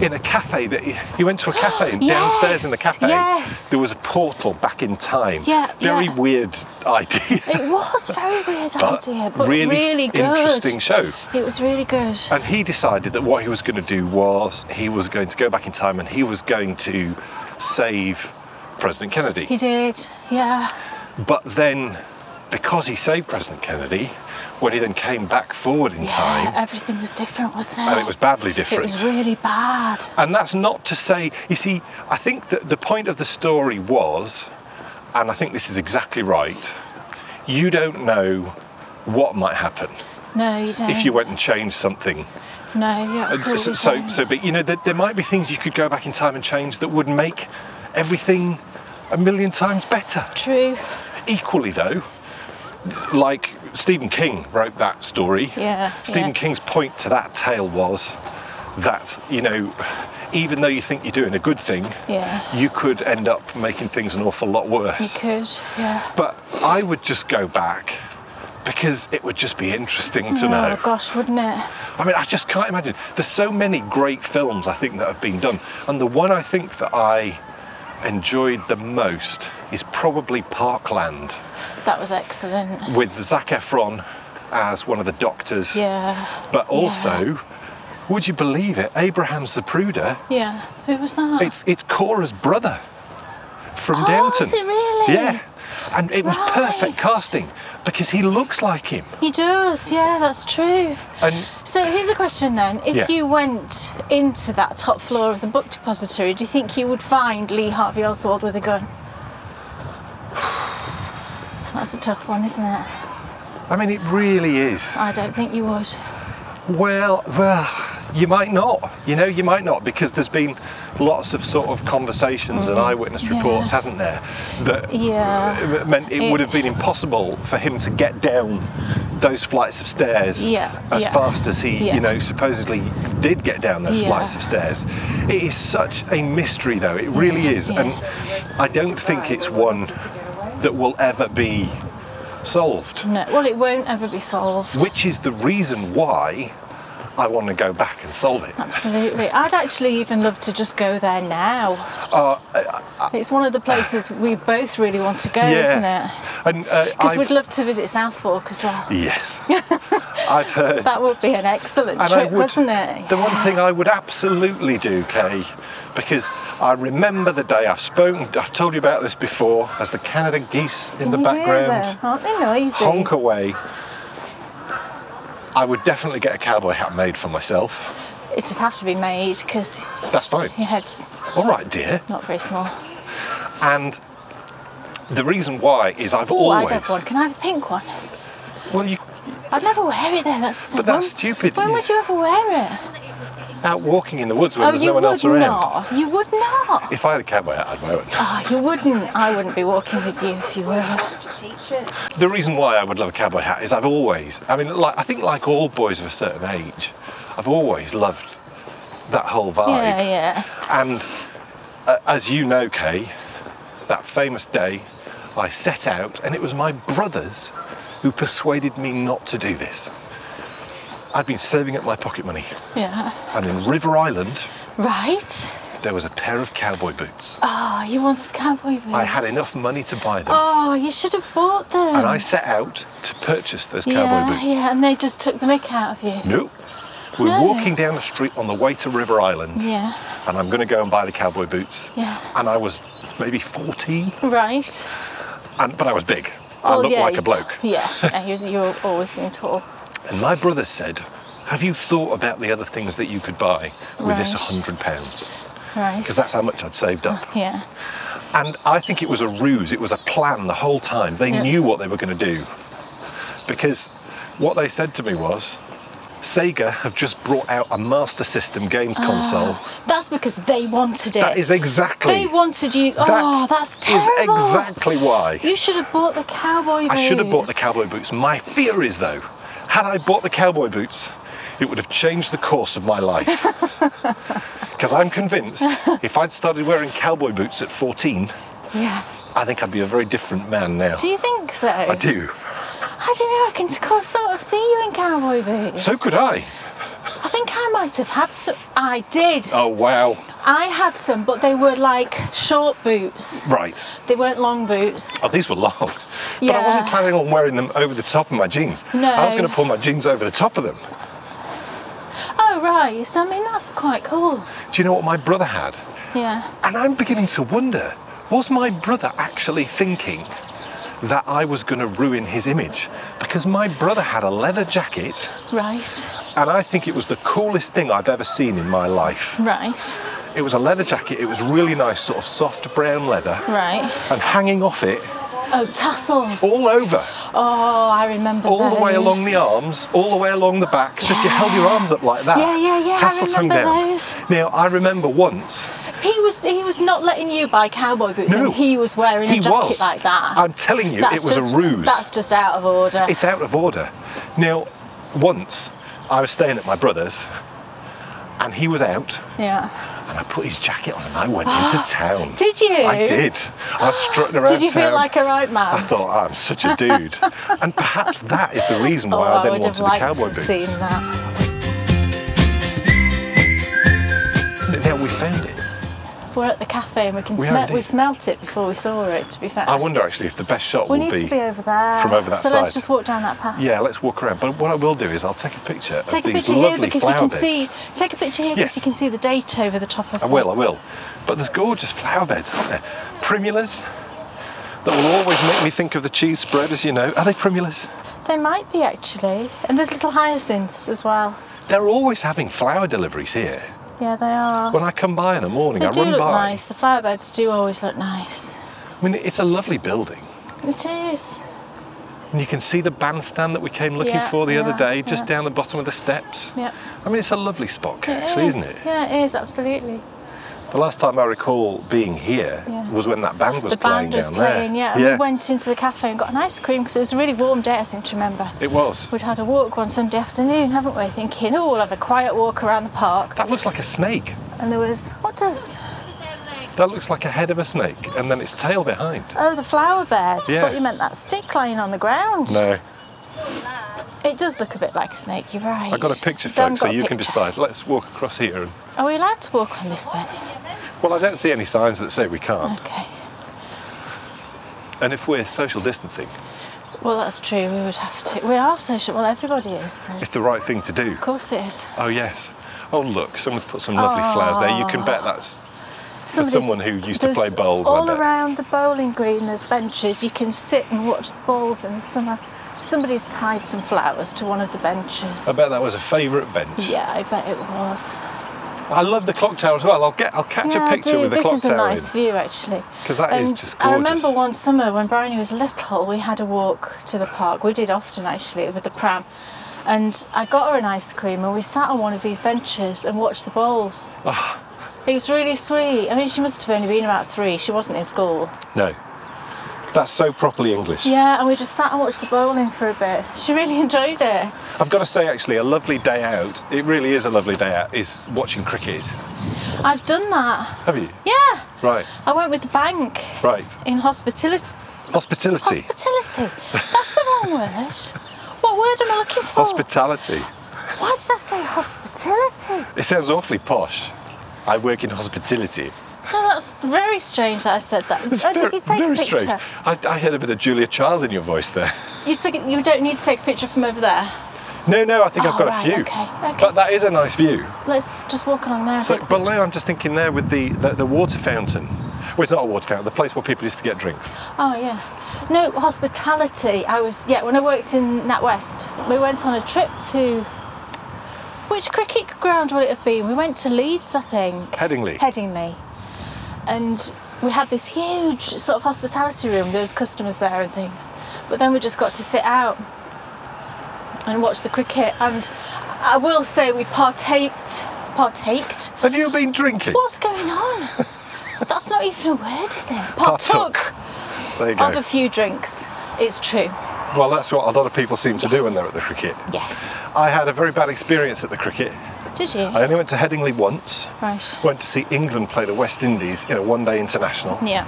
Speaker 1: In a cafe that he, he went to a cafe and downstairs in the
Speaker 2: Yes,
Speaker 1: cafe
Speaker 2: yes.
Speaker 1: there was a portal back in time.
Speaker 2: Yeah,
Speaker 1: very
Speaker 2: yeah.
Speaker 1: weird idea,
Speaker 2: It was a very weird
Speaker 1: but,
Speaker 2: idea, but
Speaker 1: really,
Speaker 2: really, good.
Speaker 1: interesting show.
Speaker 2: It was really good.
Speaker 1: And he decided that what he was going to do was he was going to go back in time and he was going to save President Kennedy.
Speaker 2: He did. Yeah.
Speaker 1: But then, because he saved President Kennedy, when he then came back forward in
Speaker 2: Yeah,
Speaker 1: time,
Speaker 2: everything was different, wasn't it?
Speaker 1: and it was badly
Speaker 2: It
Speaker 1: different.
Speaker 2: was really bad.
Speaker 1: And that's not to say, you see, I think that the point of the story was, and I think this is exactly right, you don't know what might happen
Speaker 2: No, you don't.
Speaker 1: if you went and changed something
Speaker 2: No, you
Speaker 1: Uh, so,
Speaker 2: absolutely
Speaker 1: so,
Speaker 2: don't.
Speaker 1: so, but you know, there, there might be things you could go back in time and change that would make everything a million times better.
Speaker 2: True.
Speaker 1: Equally, though, like Stephen King wrote that story.
Speaker 2: Yeah,
Speaker 1: Stephen
Speaker 2: yeah.
Speaker 1: King's point to that tale was that you know, even though you think you're doing a good thing,
Speaker 2: Yeah.
Speaker 1: you could end up making things an awful lot
Speaker 2: You
Speaker 1: worse.
Speaker 2: could. Yeah.
Speaker 1: But I would just go back because it would just be interesting to
Speaker 2: oh
Speaker 1: know.
Speaker 2: gosh, wouldn't it?
Speaker 1: I mean, I just can't imagine. There's so many great films I think that have been done, and the one I think that I enjoyed the most is probably Parkland
Speaker 2: That was excellent.
Speaker 1: with Zac Efron as one of the doctors.
Speaker 2: Yeah.
Speaker 1: But also, would you believe it? Abraham Zapruder,
Speaker 2: Yeah. Who was that?
Speaker 1: it's it's Cora's brother from
Speaker 2: Oh,
Speaker 1: Downton.
Speaker 2: is it really?
Speaker 1: Yeah, and it was perfect
Speaker 2: Right.
Speaker 1: casting because he looks like him,
Speaker 2: He does. Yeah, that's true.
Speaker 1: and
Speaker 2: So here's a question then. If
Speaker 1: Yeah.
Speaker 2: you went into that top floor of the book depository, do you think you would find Lee Harvey Oswald with a gun? That's a tough one, isn't it?
Speaker 1: I mean, it really is.
Speaker 2: I don't think you would.
Speaker 1: Well, well, you might not. You know, you might not because there's been lots of sort of conversations and eyewitness reports,
Speaker 2: Mm. yeah.
Speaker 1: hasn't there? That
Speaker 2: Yeah.
Speaker 1: uh, meant it,
Speaker 2: It-
Speaker 1: would have been impossible for him to get down those flights of stairs
Speaker 2: Yeah,
Speaker 1: as
Speaker 2: yeah.
Speaker 1: fast as he,
Speaker 2: Yeah.
Speaker 1: you know, supposedly did get down those
Speaker 2: Yeah.
Speaker 1: flights of stairs. It is such a mystery, though. It really is,
Speaker 2: yeah.
Speaker 1: and I don't think it's one that will ever be solved
Speaker 2: No. Well, it won't ever be solved.
Speaker 1: which is the reason why I want to go back and solve it.
Speaker 2: Absolutely. I'd actually even love to just go there now.
Speaker 1: Oh,
Speaker 2: it's one of the places we both really want to go, isn't it?
Speaker 1: And uh,
Speaker 2: Because
Speaker 1: I've-
Speaker 2: we'd love to visit South Fork as well.
Speaker 1: Yes. I've heard.
Speaker 2: That would be an excellent
Speaker 1: and I
Speaker 2: trip,
Speaker 1: would-
Speaker 2: wasn't it?
Speaker 1: The one thing I would absolutely do, Kay, because I remember the day I've spoken, I've told you about this before, as the Canada geese in the
Speaker 2: Can you hear
Speaker 1: background
Speaker 2: them? Aren't they noisy?
Speaker 1: honk away. I would definitely get a cowboy hat made for myself.
Speaker 2: It'd have to be made because
Speaker 1: That's fine.
Speaker 2: your head's
Speaker 1: All right, dear.
Speaker 2: not very small.
Speaker 1: And the reason why is I've
Speaker 2: Oh, I
Speaker 1: always.
Speaker 2: don't have one. Can I have a pink one?
Speaker 1: Well, you
Speaker 2: I'd never wear it there. That's the
Speaker 1: But
Speaker 2: thing.
Speaker 1: that's stupid,
Speaker 2: When
Speaker 1: yeah.
Speaker 2: would you ever wear it?
Speaker 1: out walking in the woods when
Speaker 2: oh,
Speaker 1: there's
Speaker 2: you
Speaker 1: no one
Speaker 2: would
Speaker 1: else around.
Speaker 2: not. You would not.
Speaker 1: If I had a cowboy hat, I'd wear it.
Speaker 2: Oh, you wouldn't. I wouldn't be walking with you if you were.
Speaker 1: The reason why I would love a cowboy hat is I've always, I mean, like, I think like all boys of a certain age, I've always loved that whole vibe.
Speaker 2: Yeah, yeah.
Speaker 1: And uh, as you know, Kay, that famous day, I set out, and it was my brothers who persuaded me not to do this. I'd been saving up my pocket money,
Speaker 2: Yeah.
Speaker 1: and in River Island,
Speaker 2: Right.
Speaker 1: there was a pair of cowboy boots.
Speaker 2: Oh, you wanted cowboy boots.
Speaker 1: I had enough money to buy them.
Speaker 2: Oh, you should have bought them.
Speaker 1: and I set out to purchase those
Speaker 2: yeah,
Speaker 1: cowboy boots.
Speaker 2: Yeah, and they just took the mick out of you.
Speaker 1: No. We're
Speaker 2: No.
Speaker 1: walking down the street on the way to River Island,
Speaker 2: Yeah.
Speaker 1: and I'm going to go and buy the cowboy boots.
Speaker 2: Yeah.
Speaker 1: And I was maybe 14,
Speaker 2: Right.
Speaker 1: and, but I was big. I
Speaker 2: Well,
Speaker 1: looked
Speaker 2: yeah,
Speaker 1: like
Speaker 2: you
Speaker 1: a
Speaker 2: t-
Speaker 1: bloke.
Speaker 2: yeah, yeah, you you're always being tall.
Speaker 1: And my brother said, Have you thought about the other things that you could buy with this
Speaker 2: Right.
Speaker 1: £100?
Speaker 2: Right.
Speaker 1: Because that's how much I'd saved up.
Speaker 2: Yeah.
Speaker 1: And I think it was a ruse, it was a plan the whole time. They
Speaker 2: Yeah.
Speaker 1: knew what they were going to do. Because what they said to me was Sega have just brought out a Master System games
Speaker 2: Ah.
Speaker 1: console.
Speaker 2: That's because they wanted it.
Speaker 1: That is exactly.
Speaker 2: They wanted you. oh,
Speaker 1: That
Speaker 2: that's
Speaker 1: is
Speaker 2: terrible.
Speaker 1: exactly why.
Speaker 2: You should have bought the cowboy boots.
Speaker 1: I should have bought the cowboy boots. My fear is though, had I bought the cowboy boots, it would have changed the course of my life. Because I'm convinced if I'd started wearing cowboy boots at 14,
Speaker 2: Yeah.
Speaker 1: I think I'd be a very different man now.
Speaker 2: Do you think so?
Speaker 1: I do.
Speaker 2: How do you know I can sc- sort of see you in cowboy boots?
Speaker 1: So could I.
Speaker 2: I think I might have had some. I did.
Speaker 1: Oh, wow.
Speaker 2: I had some, but they were like short boots.
Speaker 1: Right.
Speaker 2: They weren't long boots.
Speaker 1: Oh, these were long. But I
Speaker 2: Yeah.
Speaker 1: wasn't planning on wearing them over the top of my jeans. I was
Speaker 2: No.
Speaker 1: going to pull my jeans over the top of them.
Speaker 2: Oh right. So I mean that's quite cool.
Speaker 1: Do you know what my brother had?
Speaker 2: Yeah.
Speaker 1: And I'm beginning to wonder was my brother actually thinking that I was going to ruin his image? Because my brother had a leather jacket,
Speaker 2: Right.
Speaker 1: and I think it was the coolest thing I've ever seen in my life.
Speaker 2: Right.
Speaker 1: It was a leather jacket, it was really nice, sort of soft brown leather,
Speaker 2: Right.
Speaker 1: and hanging off it
Speaker 2: Oh tassels.
Speaker 1: all over,
Speaker 2: oh, I remember.
Speaker 1: all the way
Speaker 2: those.
Speaker 1: along the arms, all the way along the back. So if you held your arms up like that,
Speaker 2: Yeah, yeah, yeah, I
Speaker 1: tassels hung
Speaker 2: remember
Speaker 1: down.
Speaker 2: those.
Speaker 1: Now, I remember once
Speaker 2: He was he was not letting you buy cowboy boots,
Speaker 1: No.
Speaker 2: and he was wearing
Speaker 1: He
Speaker 2: a jacket
Speaker 1: was.
Speaker 2: like that.
Speaker 1: I'm telling you, it was a
Speaker 2: just,
Speaker 1: ruse.
Speaker 2: That's just out of order.
Speaker 1: It's out of order. Now, once I was staying at my brother's and he was out
Speaker 2: yeah.
Speaker 1: and I put his jacket on and I went into town.
Speaker 2: Did you?
Speaker 1: I did. I strutted around
Speaker 2: Did you
Speaker 1: town.
Speaker 2: feel like a right man?
Speaker 1: I thought, "Oh, I'm such a dude. and perhaps that is the reason why
Speaker 2: oh,
Speaker 1: I then
Speaker 2: would have
Speaker 1: wanted the
Speaker 2: liked
Speaker 1: cowboy
Speaker 2: to
Speaker 1: boots.
Speaker 2: have seen that.
Speaker 1: Now, we found it.
Speaker 2: We're at the cafe and we can
Speaker 1: We are
Speaker 2: smell we
Speaker 1: indeed.
Speaker 2: smelt it before we saw it. To be fair,
Speaker 1: I wonder actually if the best shot
Speaker 2: we
Speaker 1: will
Speaker 2: need to be over there
Speaker 1: from over that
Speaker 2: so
Speaker 1: side.
Speaker 2: let's just walk down that path.
Speaker 1: Yeah, let's walk around. But what I will do is I'll take a picture
Speaker 2: Take a
Speaker 1: of these
Speaker 2: picture
Speaker 1: lovely
Speaker 2: here because you
Speaker 1: flower
Speaker 2: can
Speaker 1: beds.
Speaker 2: see. Take a picture here
Speaker 1: Yes.
Speaker 2: because you can see the date over the top of.
Speaker 1: I will, I will. But there's gorgeous flower beds, aren't there? Primulas that will always make me think of the cheese spread, as you know. Are they primulas?
Speaker 2: There might be actually, and there's little hyacinths as well.
Speaker 1: They're always having flower deliveries here.
Speaker 2: Yeah, they are.
Speaker 1: When I come by in the morning,
Speaker 2: They
Speaker 1: I
Speaker 2: do
Speaker 1: run
Speaker 2: look
Speaker 1: by.
Speaker 2: nice. The flower beds do always look nice.
Speaker 1: I mean, it's a lovely building.
Speaker 2: It is.
Speaker 1: And you can see the bandstand that we came looking
Speaker 2: Yeah,
Speaker 1: for the other
Speaker 2: yeah,
Speaker 1: day, just
Speaker 2: yeah.
Speaker 1: down the bottom of the steps.
Speaker 2: Yep.
Speaker 1: I mean, it's a lovely spot,
Speaker 2: It
Speaker 1: actually,
Speaker 2: is.
Speaker 1: not it?
Speaker 2: Yeah, it is absolutely.
Speaker 1: The last time I recall being here
Speaker 2: Yeah.
Speaker 1: was when that band was
Speaker 2: the
Speaker 1: playing
Speaker 2: band was
Speaker 1: down
Speaker 2: playing.
Speaker 1: there.
Speaker 2: Yeah, and we went into the cafe and got an ice cream because it was a really warm day. I seem to remember.
Speaker 1: It was.
Speaker 2: We'd had a walk one Sunday afternoon, haven't we? Thinking, oh, we'll have a quiet walk around the park.
Speaker 1: That looks like a snake.
Speaker 2: And there was what does?
Speaker 1: That looks like a head of a snake, and then its tail behind.
Speaker 2: Oh, the flower bed.
Speaker 1: Yeah.
Speaker 2: I thought you meant that stick lying on the ground.
Speaker 1: No.
Speaker 2: It does look a bit like a snake. You're right.
Speaker 1: I got a picture,
Speaker 2: Dan
Speaker 1: folks, so
Speaker 2: got a
Speaker 1: you can
Speaker 2: picture.
Speaker 1: decide. Let's walk across here. And,
Speaker 2: Are we allowed to walk on this bed?
Speaker 1: well, I don't see any signs that say we can't.
Speaker 2: Okay.
Speaker 1: And if we're social distancing,
Speaker 2: Well, that's true. We would have to. We are social. Well, everybody is. So.
Speaker 1: it's the right thing to do.
Speaker 2: Of course it is.
Speaker 1: Oh, yes. Oh, look, someone's put some lovely flowers there. You can bet that's.
Speaker 2: Somebody's-
Speaker 1: someone who used to play
Speaker 2: there's
Speaker 1: bowls, I
Speaker 2: all
Speaker 1: bet.
Speaker 2: around the bowling green, there's benches. You can sit and watch the balls in the summer. Somebody's tied some flowers to one of the benches.
Speaker 1: I bet that was a favourite bench.
Speaker 2: Yeah, I bet it was.
Speaker 1: I love the clock tower as well. I'll get, I'll catch
Speaker 2: yeah,
Speaker 1: a
Speaker 2: I
Speaker 1: picture
Speaker 2: do.
Speaker 1: with the
Speaker 2: this
Speaker 1: clock
Speaker 2: is a
Speaker 1: tower.
Speaker 2: nice
Speaker 1: in.
Speaker 2: view actually.
Speaker 1: 'Cause that is
Speaker 2: and
Speaker 1: just
Speaker 2: I remember
Speaker 1: gorgeous.
Speaker 2: one summer when Bryony was little, we had a walk to the park. We did often actually with the pram. And I got her an ice cream and we sat on one of these benches and watched the balls.
Speaker 1: Ah.
Speaker 2: It was really sweet. I mean, she must have only been about three. She wasn't in school.
Speaker 1: No. That's so properly English.
Speaker 2: Yeah, and we just sat and watched the bowling for a bit. She really enjoyed it.
Speaker 1: I've got to say, actually, a lovely day out, it really is a lovely day out, is watching cricket.
Speaker 2: I've done that.
Speaker 1: Have you?
Speaker 2: Yeah.
Speaker 1: Right,
Speaker 2: I went with the bank
Speaker 1: right.
Speaker 2: in hospitality.
Speaker 1: Hospitality.
Speaker 2: Hospitality. That's the wrong word. What word am I looking for?
Speaker 1: Hospitality.
Speaker 2: Why did I say hospitality?
Speaker 1: It sounds awfully posh. I work in hospitality.
Speaker 2: No, that's very strange that I said that.
Speaker 1: It's
Speaker 2: oh, did
Speaker 1: very,
Speaker 2: you take
Speaker 1: very
Speaker 2: a picture?
Speaker 1: strange. I, I heard a bit of Julia Child in your voice there.
Speaker 2: You took it. You don't need to take a picture from over there.
Speaker 1: No, no, I think I've
Speaker 2: Oh,
Speaker 1: got
Speaker 2: right,
Speaker 1: a few.
Speaker 2: okay, okay.
Speaker 1: But that is a nice view.
Speaker 2: Let's just walk along there. a
Speaker 1: So,
Speaker 2: bit.
Speaker 1: but now I'm just thinking there with the, the, the water fountain. Well, it's not a water fountain, the place where people used to get drinks.
Speaker 2: Oh yeah. No, hospitality. I was yeah, when I worked in NatWest, we went on a trip to which cricket ground will it have been? We went to Leeds, I think.
Speaker 1: Headingley.
Speaker 2: Headingley. And we had this huge sort of hospitality room, there was customers there and things. But then we just got to sit out and watch the cricket and I will say we partaked partaked.
Speaker 1: Have you been drinking?
Speaker 2: What's going on? That's not even a word, is it?
Speaker 1: Partook. There you go.
Speaker 2: of a few drinks. It's true.
Speaker 1: Well, that's what a lot of people seem to do when they're at the cricket.
Speaker 2: Yes.
Speaker 1: I had a very bad experience at the cricket.
Speaker 2: Did you?
Speaker 1: I only went to Headingley once.
Speaker 2: Right.
Speaker 1: Went to see England play the West Indies in a one day international.
Speaker 2: Yeah.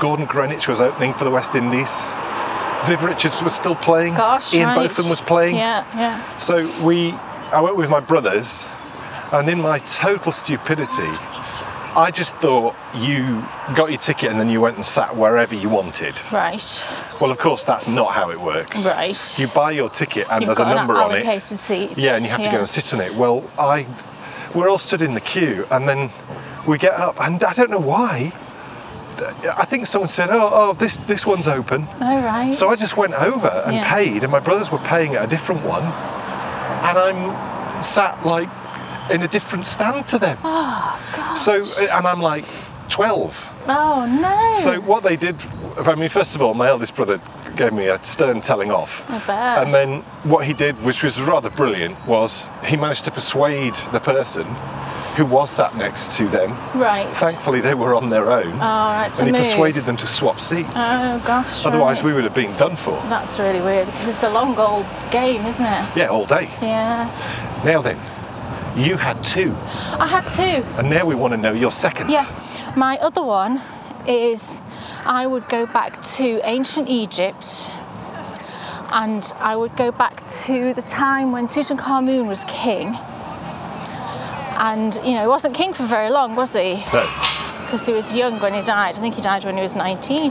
Speaker 1: Gordon Greenwich was opening for the West Indies. Viv Richards was still playing.
Speaker 2: Gosh.
Speaker 1: Ian
Speaker 2: right.
Speaker 1: Botham was playing.
Speaker 2: Yeah, yeah.
Speaker 1: So we, I went with my brothers, and in my total stupidity, I just thought you got your ticket and then you went and sat wherever you wanted.
Speaker 2: Right.
Speaker 1: Well, of course, that's not how it works.
Speaker 2: Right.
Speaker 1: You buy your ticket and
Speaker 2: You've
Speaker 1: there's a
Speaker 2: got an
Speaker 1: number on it.
Speaker 2: allocated seat.
Speaker 1: Yeah, and you have to go and sit on it. Well, I, we're all stood in the queue, and then we get up, and I don't know why. I think someone said, "Oh, oh, this this one's open."
Speaker 2: All Oh, right.
Speaker 1: So I just went over and
Speaker 2: Yeah.
Speaker 1: paid, and my brothers were paying at a different one, and I'm sat like in a different stand to them. So, and I'm like 12.
Speaker 2: Oh no.
Speaker 1: So what they did, I mean, first of all, my eldest brother gave me a stern telling off.
Speaker 2: I bet.
Speaker 1: And then what he did, which was rather brilliant, was he managed to persuade the person who was sat next to them.
Speaker 2: right.
Speaker 1: Thankfully, they were on their own.
Speaker 2: All right. So
Speaker 1: and he
Speaker 2: move.
Speaker 1: persuaded them to swap seats.
Speaker 2: Oh gosh.
Speaker 1: Otherwise,
Speaker 2: right.
Speaker 1: we would have been done for.
Speaker 2: That's really weird because it's a long old game, isn't it?
Speaker 1: Yeah, all day.
Speaker 2: Yeah.
Speaker 1: Now then, you had two,
Speaker 2: I had two.
Speaker 1: and now we want to know your second.
Speaker 2: Yeah. My other one is I would go back to ancient Egypt and I would go back to the time when Tutankhamun was king. And, you know, he wasn't king for very long, was he?
Speaker 1: No.
Speaker 2: because he was young when he died. I think he died when he was 19.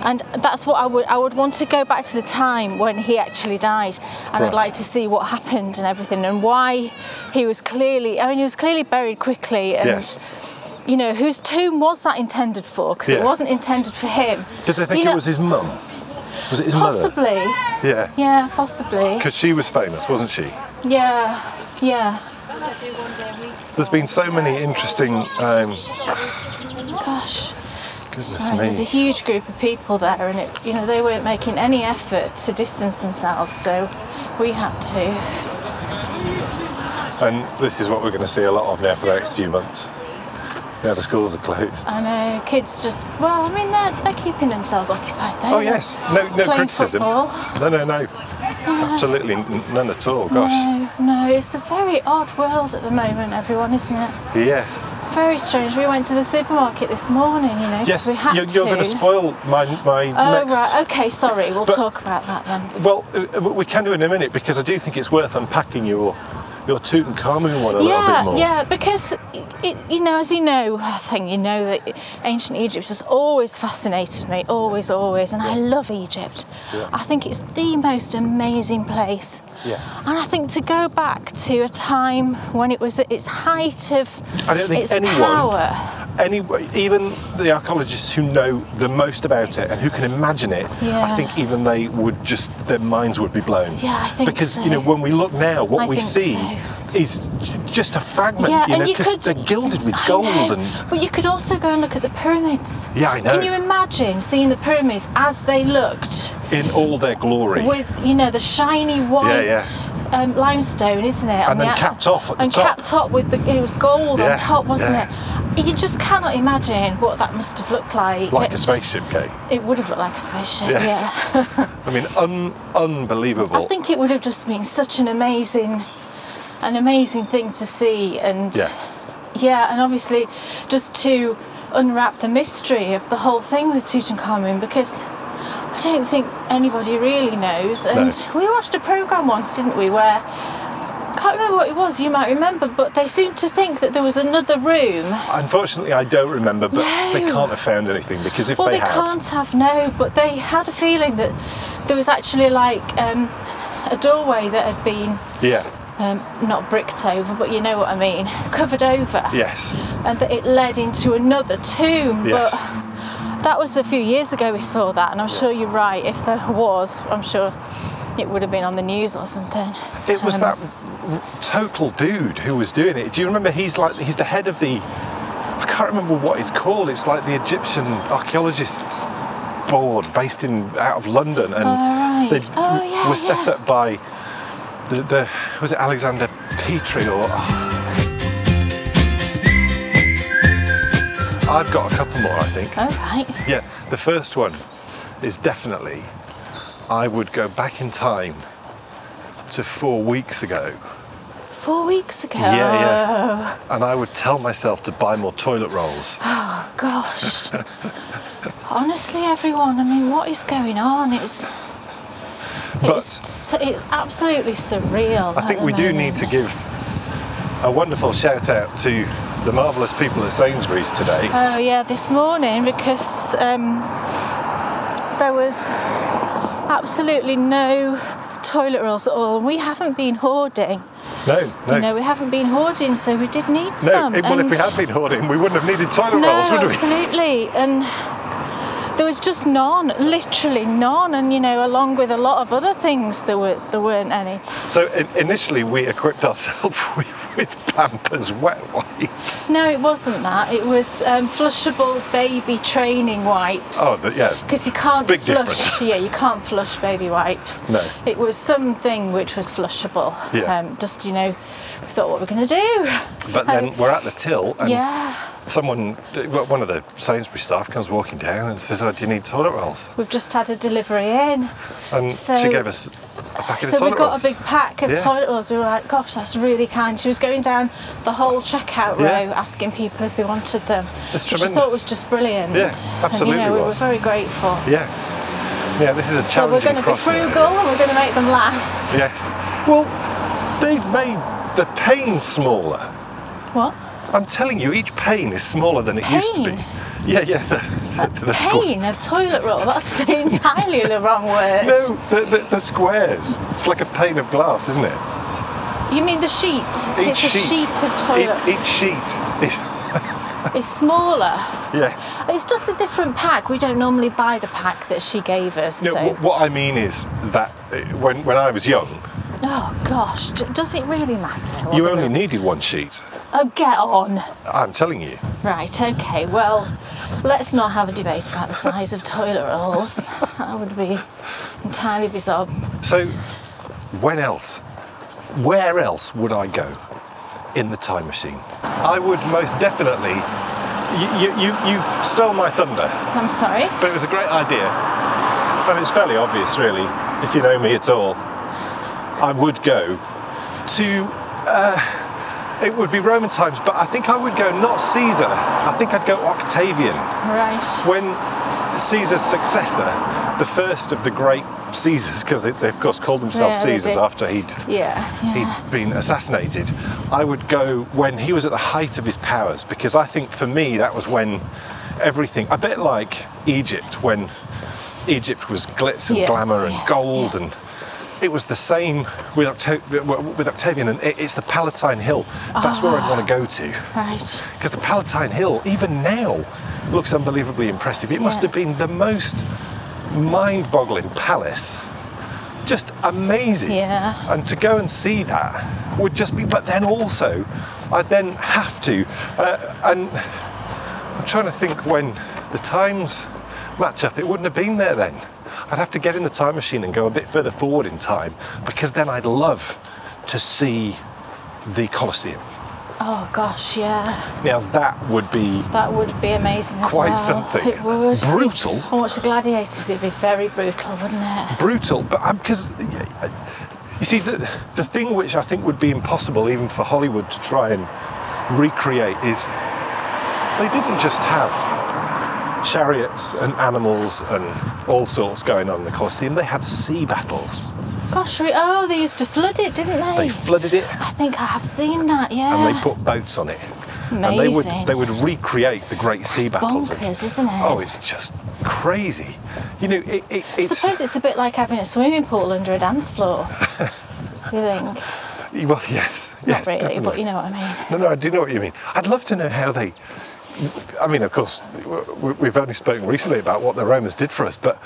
Speaker 2: And that's what I would I would want to go back to the time when he actually died, and
Speaker 1: Right.
Speaker 2: I'd like to see what happened and everything, and why he was clearly. I mean, he was clearly buried quickly, and
Speaker 1: Yes.
Speaker 2: you know whose tomb was that intended for? Because it
Speaker 1: Yeah.
Speaker 2: wasn't intended for him.
Speaker 4: Did they think
Speaker 2: You know,
Speaker 4: it was his mum? Was it his mother?
Speaker 2: possibly?
Speaker 1: Yeah.
Speaker 2: Yeah, possibly.
Speaker 1: Because she was famous, wasn't she?
Speaker 2: Yeah, yeah.
Speaker 1: There's been so many interesting. Um,
Speaker 2: Gosh.
Speaker 1: goodness
Speaker 2: Sorry, there's a
Speaker 1: me.
Speaker 2: huge group of people there, and it, you know they weren't making any effort to distance themselves, so we had to.
Speaker 1: And this is what we're going to see a lot of now for the next few months. Now the schools are closed.
Speaker 2: I know uh, kids just well, I mean they're they're keeping themselves occupied. They
Speaker 1: Oh
Speaker 2: are
Speaker 1: yes, no, no
Speaker 2: playing
Speaker 1: criticism.
Speaker 2: Football.
Speaker 1: No, no, no. Absolutely n- none at all. Gosh.
Speaker 2: No, no, it's a very odd world at the moment, everyone, isn't it?
Speaker 1: Yeah.
Speaker 2: Very strange. We went to the supermarket this morning, you know, 'cause
Speaker 1: Yes.
Speaker 2: we had
Speaker 1: You're, you're going to spoil my my
Speaker 2: Oh
Speaker 1: next.
Speaker 2: right, okay, sorry. We'll
Speaker 1: But-
Speaker 2: talk about that then.
Speaker 1: Well, uh, we can do in a minute because I do think it's worth unpacking your your Tutankhamun one a little bit
Speaker 2: Yeah,
Speaker 1: more.
Speaker 2: yeah, because it, you know, as you know, I think you know that ancient Egypt has always fascinated me, always, always, and I love Egypt. I think it's the most amazing place.
Speaker 1: Yeah.
Speaker 2: And I think to go back to a time when it was at its height of
Speaker 1: I don't think
Speaker 2: its
Speaker 1: anyone-
Speaker 2: power.
Speaker 1: Anyway, even the archaeologists who know the most about it and who can imagine it,
Speaker 2: Yeah.
Speaker 1: I think even they would just their minds would be blown.
Speaker 2: Yeah, I think
Speaker 1: because
Speaker 2: so.
Speaker 1: you know when we look now, what
Speaker 2: I
Speaker 1: we
Speaker 2: think
Speaker 1: see
Speaker 2: so.
Speaker 1: is j- just a fragment.
Speaker 2: Yeah,
Speaker 1: you
Speaker 2: and
Speaker 1: know,
Speaker 2: you
Speaker 1: 'cause
Speaker 2: could.
Speaker 1: they're gilded with
Speaker 2: I
Speaker 1: gold
Speaker 2: know,
Speaker 1: and
Speaker 2: But you could also go and look at the pyramids.
Speaker 1: Yeah, I know.
Speaker 2: Can you imagine seeing the pyramids as they looked?
Speaker 1: in all their glory.
Speaker 2: with you know the shiny white
Speaker 1: yeah.
Speaker 2: Um, limestone, isn't it? on
Speaker 1: And then
Speaker 2: the outside?
Speaker 1: capped off at the
Speaker 2: and
Speaker 1: top.
Speaker 2: capped up with the it was gold
Speaker 1: Yeah,
Speaker 2: on top, wasn't
Speaker 1: yeah.
Speaker 2: it? You just cannot imagine what that must have looked like.
Speaker 1: like
Speaker 2: it,
Speaker 1: a spaceship, Kate.
Speaker 2: It would have looked like a spaceship.
Speaker 1: Yes.
Speaker 2: Yeah.
Speaker 1: I mean, un- unbelievable.
Speaker 2: I think it would have just been such an amazing, an amazing thing to see, and
Speaker 1: Yeah.
Speaker 2: yeah, and obviously just to unwrap the mystery of the whole thing with Tutankhamun because. I don't think anybody really knows. And we watched a program once, didn't we, where I can't remember what it was, you might remember, but they seemed to think that there was another room.
Speaker 1: Unfortunately, I don't remember, but they
Speaker 2: No.
Speaker 1: can't have found anything because if
Speaker 2: Well,
Speaker 1: they,
Speaker 2: they,
Speaker 1: had,
Speaker 2: can't have no, but they had a feeling that there was actually like um, a doorway that had been
Speaker 1: yeah,
Speaker 2: um, not bricked over, but you know what I mean, covered over,
Speaker 1: yes,
Speaker 2: and that it led into another tomb.
Speaker 1: Yes.
Speaker 2: But that was a few years ago we saw that, and I'm sure you're right. If there was, I'm sure it would have been on the news or something.
Speaker 1: it was
Speaker 2: Um,
Speaker 1: that r- total dude who was doing it. Do you remember? He's like he's the head of the. I can't remember what it's called. It's like the Egyptian archaeologists board based in out of London, and
Speaker 2: right.
Speaker 1: they
Speaker 2: Oh, yeah,
Speaker 1: were set
Speaker 2: yeah.
Speaker 1: up by the, the was it Alexander Petrie or. I've got a couple more, I think.
Speaker 2: All right.
Speaker 1: Yeah, the first one is definitely I would go back in time to four weeks ago
Speaker 2: Four weeks ago.
Speaker 1: Yeah, yeah. and I would tell myself to buy more toilet rolls.
Speaker 2: Gosh. Honestly, everyone, I mean, what is going on? It's.
Speaker 1: But-
Speaker 2: It's, it's absolutely surreal.
Speaker 1: I think we do need to give a wonderful shout out to the marvellous people at Sainsbury's today.
Speaker 2: Oh yeah, this morning because um, there was absolutely no toilet rolls at all, and we haven't been hoarding.
Speaker 1: No, no.
Speaker 2: You know, we haven't been hoarding, so we did need
Speaker 1: no,
Speaker 2: some.
Speaker 1: it- well, if we
Speaker 2: and-
Speaker 1: had been hoarding, we wouldn't have needed toilet
Speaker 2: no,
Speaker 1: rolls, would we?
Speaker 2: absolutely, and there was just none, literally none, and you know, along with a lot of other things, there were there weren't any.
Speaker 1: So in- initially, we equipped ourselves with, with Pampers wet wipes.
Speaker 2: No, it wasn't that. It was um, flushable baby training wipes.
Speaker 1: Oh, but yeah.
Speaker 2: Because you can't
Speaker 1: Big
Speaker 2: flush.
Speaker 1: difference.
Speaker 2: Yeah, you can't flush baby wipes.
Speaker 1: No.
Speaker 2: It was something which was flushable.
Speaker 1: Yeah.
Speaker 2: Um, just you know, we thought what we're going to do. So,
Speaker 1: But then um, we're at the till, and
Speaker 2: Yeah,
Speaker 1: someone, one of the Sainsbury staff, comes walking down and says, "Oh, do you need toilet rolls?"
Speaker 2: we've just had a delivery in.
Speaker 1: And she
Speaker 2: So-
Speaker 1: gave us a packet of
Speaker 2: So we
Speaker 1: toilet
Speaker 2: got
Speaker 1: rolls.
Speaker 2: a big pack of
Speaker 1: Yeah.
Speaker 2: toilet rolls. We were like, gosh, that's really kind. She was going down the whole checkout
Speaker 1: Yeah.
Speaker 2: row asking people if they wanted them.
Speaker 1: That's
Speaker 2: which I thought
Speaker 1: tremendous.
Speaker 2: was just brilliant.
Speaker 1: Yeah, absolutely
Speaker 2: And, you know, we were
Speaker 1: was.
Speaker 2: very grateful.
Speaker 1: Yeah, yeah. This is a
Speaker 2: So we're
Speaker 1: challenging
Speaker 2: going to be
Speaker 1: crossing.
Speaker 2: frugal and we're going to make them last.
Speaker 1: Yes. Well, they've made the pane smaller.
Speaker 2: What?
Speaker 1: I'm telling you, each pane is smaller than it used to be.
Speaker 2: Pane?
Speaker 1: Yeah, yeah. The, the, the squ-
Speaker 2: Pain of toilet roll. That's entirely the wrong word.
Speaker 1: No, the, the, the squares. It's like a pane of glass, isn't it?
Speaker 2: You mean the sheet? it's a sheet of toilet.
Speaker 1: E-, Each, each sheet is.
Speaker 2: it's smaller.
Speaker 1: Yes.
Speaker 2: It's just a different pack. We don't normally buy the pack that she gave us.
Speaker 1: No,
Speaker 2: so.
Speaker 1: wh- what I mean is that uh, when, when I was young,
Speaker 2: Oh gosh, d- does it really matter? what
Speaker 1: you
Speaker 2: the-
Speaker 1: only needed one sheet.
Speaker 2: Oh, get on.
Speaker 1: I'm telling you.
Speaker 2: Right. Okay. Well, let's not have a debate about the size of toilet rolls. That would be entirely bizarre.
Speaker 1: So, when else? Where else would I go in the time machine? I would most definitely. You, you, you, you stole my thunder,
Speaker 2: I'm sorry.
Speaker 1: but it was a great idea. And it's fairly obvious, really, if you know me at all. I would go to. Uh, it would be Roman times, but I think I would go not Caesar. I think I'd go Octavian
Speaker 2: Right.
Speaker 1: when S- Caesar's successor, the first of the great Caesars, because they, they of course called themselves
Speaker 2: Yeah, they
Speaker 1: Caesars
Speaker 2: did.
Speaker 1: after he'd
Speaker 2: Yeah. Yeah.
Speaker 1: he'd been assassinated, I would go when he was at the height of his powers because I think for me that was when everything, a bit like Egypt, when Egypt was glitz and
Speaker 2: Yeah,
Speaker 1: glamour and
Speaker 2: yeah,
Speaker 1: gold,
Speaker 2: yeah.
Speaker 1: and it was the same with, Octo- with Octavian, and it- it's the Palatine Hill. That's where
Speaker 2: Ah.
Speaker 1: I'd want to go to
Speaker 2: Right.
Speaker 1: because the Palatine Hill, even now, looks unbelievably impressive. It must
Speaker 2: Yeah.
Speaker 1: have been the most mind boggling palace. Just amazing.
Speaker 2: Yeah.
Speaker 1: And to go and see that would just be, but then also, I'd then have to. Uh, and I'm trying to think when the times match up, it wouldn't have been there then. I'd have to get in the time machine and go a bit further forward in time because then I'd love to see the Colosseum.
Speaker 2: Oh gosh. Yeah.
Speaker 1: Now that would be
Speaker 2: That would be amazing as
Speaker 1: Quite
Speaker 2: well.
Speaker 1: something.
Speaker 2: It would.
Speaker 1: Brutal.
Speaker 2: And watch the gladiators, it'd be very brutal, wouldn't it?
Speaker 1: brutal, but I'm because you see the the thing which I think would be impossible even for Hollywood to try and recreate is they didn't just have chariots and animals and all sorts going on in the Colosseum. They had sea battles.
Speaker 2: Gosh, we, oh, they used to flood it, didn't they?
Speaker 1: They flooded it
Speaker 2: I think I have seen that, yeah.
Speaker 1: and they put boats on it. And they
Speaker 2: Amazing.
Speaker 1: would they would recreate the great sea
Speaker 2: That's
Speaker 1: battles.
Speaker 2: bonkers, isn't it?
Speaker 1: Oh, it's just crazy. You know, it, it,
Speaker 2: I
Speaker 1: it's
Speaker 2: suppose it's a bit like having a swimming pool under a dance floor. you think?
Speaker 1: well, yes,
Speaker 2: Not
Speaker 1: yes,
Speaker 2: really,
Speaker 1: definitely.
Speaker 2: but you know what I mean.
Speaker 1: No, no, I do know what you mean. I'd love to know how they. I mean, of course, we- we've only spoken recently about what the Romans did for us, but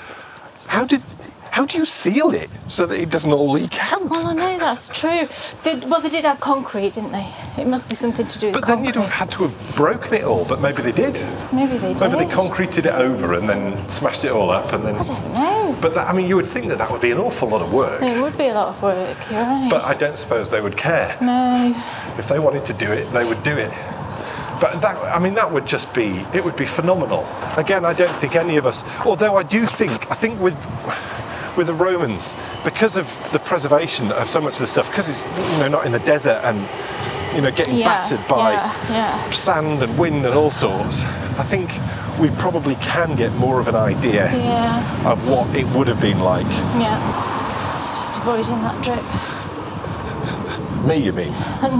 Speaker 1: how did how do you seal it so that it doesn't all leak
Speaker 2: Well, I
Speaker 1: out?
Speaker 2: know that's true. They, well, they did have concrete, didn't they? It must be something to do with
Speaker 1: But then you'd have
Speaker 2: concrete.
Speaker 1: had to have broken it all. But maybe they did.
Speaker 2: Maybe they did.
Speaker 1: Maybe they concreted it over and then smashed it all up and
Speaker 2: I
Speaker 1: then.
Speaker 2: don't know.
Speaker 1: But that, I mean, you would think that that would be an awful lot of work.
Speaker 2: It would be a lot of work, you're right.
Speaker 1: But I don't suppose they would care.
Speaker 2: no.
Speaker 1: If they wanted to do it, they would do it. But that, I mean, that would just be, it would be phenomenal. Again, I don't think any of us, although I do think, I think with, with the Romans because of the preservation of so much of the stuff because it's you know not in the desert and you know getting
Speaker 2: Yeah,
Speaker 1: battered by
Speaker 2: yeah, yeah.
Speaker 1: sand and wind and all sorts. I think we probably can get more of an idea
Speaker 2: Yeah,
Speaker 1: of what it would have been like.
Speaker 2: yeah. It's just avoiding that drip.
Speaker 1: Me, you mean?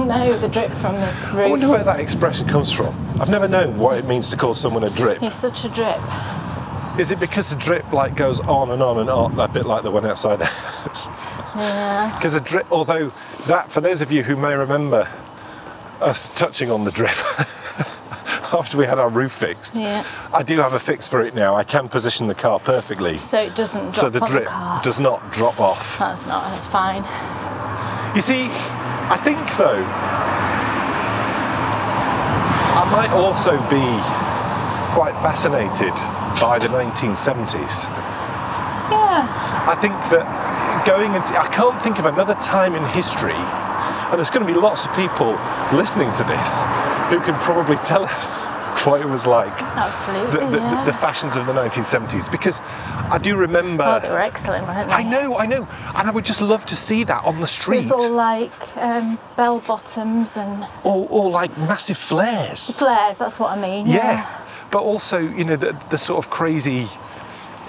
Speaker 2: no, the drip from this
Speaker 1: I wonder
Speaker 2: roof.
Speaker 1: where that expression comes from. I've never known what it means to call someone a drip.
Speaker 2: He's such a drip.
Speaker 1: Is it because a drip like goes on and on and on, a bit like the one outside the house?
Speaker 2: Yeah.
Speaker 1: Because a drip, although that, for those of you who may remember us touching on the drip after we had our roof fixed,
Speaker 2: Yeah.
Speaker 1: I do have a fix for it now. I can position the car perfectly
Speaker 2: So it doesn't drop
Speaker 1: so the
Speaker 2: on
Speaker 1: drip
Speaker 2: the car.
Speaker 1: does not drop off.
Speaker 2: That's not. That's fine.
Speaker 1: You see, I think though, I might also be quite fascinated by the 1970s.
Speaker 2: Yeah.
Speaker 1: I think that going into, I can't think of another time in history, and there's going to be lots of people listening to this who can probably tell us what it was like. The,
Speaker 2: Absolutely.
Speaker 1: the,
Speaker 2: yeah.
Speaker 1: the fashions of the 1970s, because I do remember.
Speaker 2: oh, they were excellent, weren't they?
Speaker 1: I know, I know, and I would just love to see that on the
Speaker 2: It
Speaker 1: street,
Speaker 2: was all like um, bell bottoms and
Speaker 1: or, or like massive flares.
Speaker 2: flares. That's what I mean.
Speaker 1: Yeah. But also, you know, the, the sort of crazy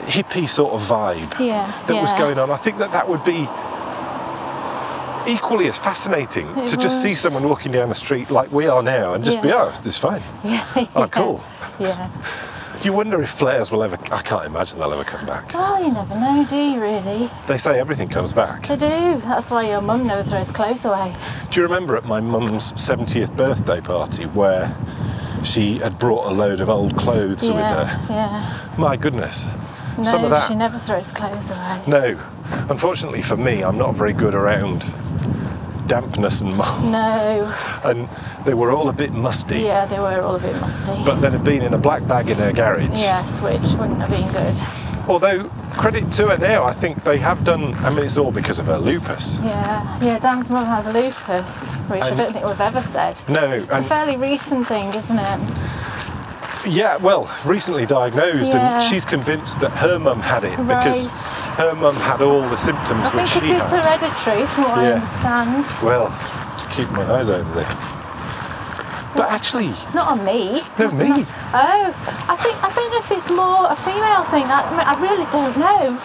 Speaker 1: hippie sort of vibe
Speaker 2: Yeah,
Speaker 1: that was
Speaker 2: yeah.
Speaker 1: going on. I think that that would be equally as fascinating
Speaker 2: It
Speaker 1: to just see
Speaker 2: was.
Speaker 1: someone walking down the street like we are now and just be,
Speaker 2: Yeah.
Speaker 1: oh, it's fine.
Speaker 2: Yeah.
Speaker 1: Oh, cool.
Speaker 2: Yeah.
Speaker 1: You wonder if flares will ever, I can't imagine they'll ever come back.
Speaker 2: Well, you never know, do you really?
Speaker 1: They say everything comes back.
Speaker 2: They do. That's why your mum never throws clothes away.
Speaker 1: Do you remember at my mum's 70th birthday party where she had brought a load of old clothes with
Speaker 2: yeah.
Speaker 1: her?
Speaker 2: Yeah.
Speaker 1: My goodness.
Speaker 2: No,
Speaker 1: Some of that.
Speaker 2: she never throws clothes away.
Speaker 1: No, unfortunately for me, I'm not very good around dampness and mold,
Speaker 2: No.
Speaker 1: and they were all a bit musty.
Speaker 2: Yeah, they were all a bit musty.
Speaker 1: But they'd have been in a black bag in her garage.
Speaker 2: yes, which wouldn't have been good.
Speaker 1: Although credit to her now, I think they have done. I mean, it's all because of her lupus.
Speaker 2: Yeah. Yeah. Dan's mum has lupus, which I
Speaker 1: And-
Speaker 2: don't think we've ever said.
Speaker 1: No,
Speaker 2: It's a
Speaker 1: and
Speaker 2: fairly recent thing, isn't it?
Speaker 1: yeah, well, recently diagnosed,
Speaker 2: Yeah.
Speaker 1: and she's convinced that her mum had it because
Speaker 2: Right.
Speaker 1: her mum had all the symptoms
Speaker 2: I
Speaker 1: which
Speaker 2: think it
Speaker 1: she
Speaker 2: is
Speaker 1: had.
Speaker 2: hereditary, from what I
Speaker 1: Yeah.
Speaker 2: understand.
Speaker 1: Well, to keep my eyes open there. But actually,
Speaker 2: Not on me.
Speaker 1: no, me.
Speaker 2: Oh, I think I don't know if it's more a female thing. I, I mean, I really don't know.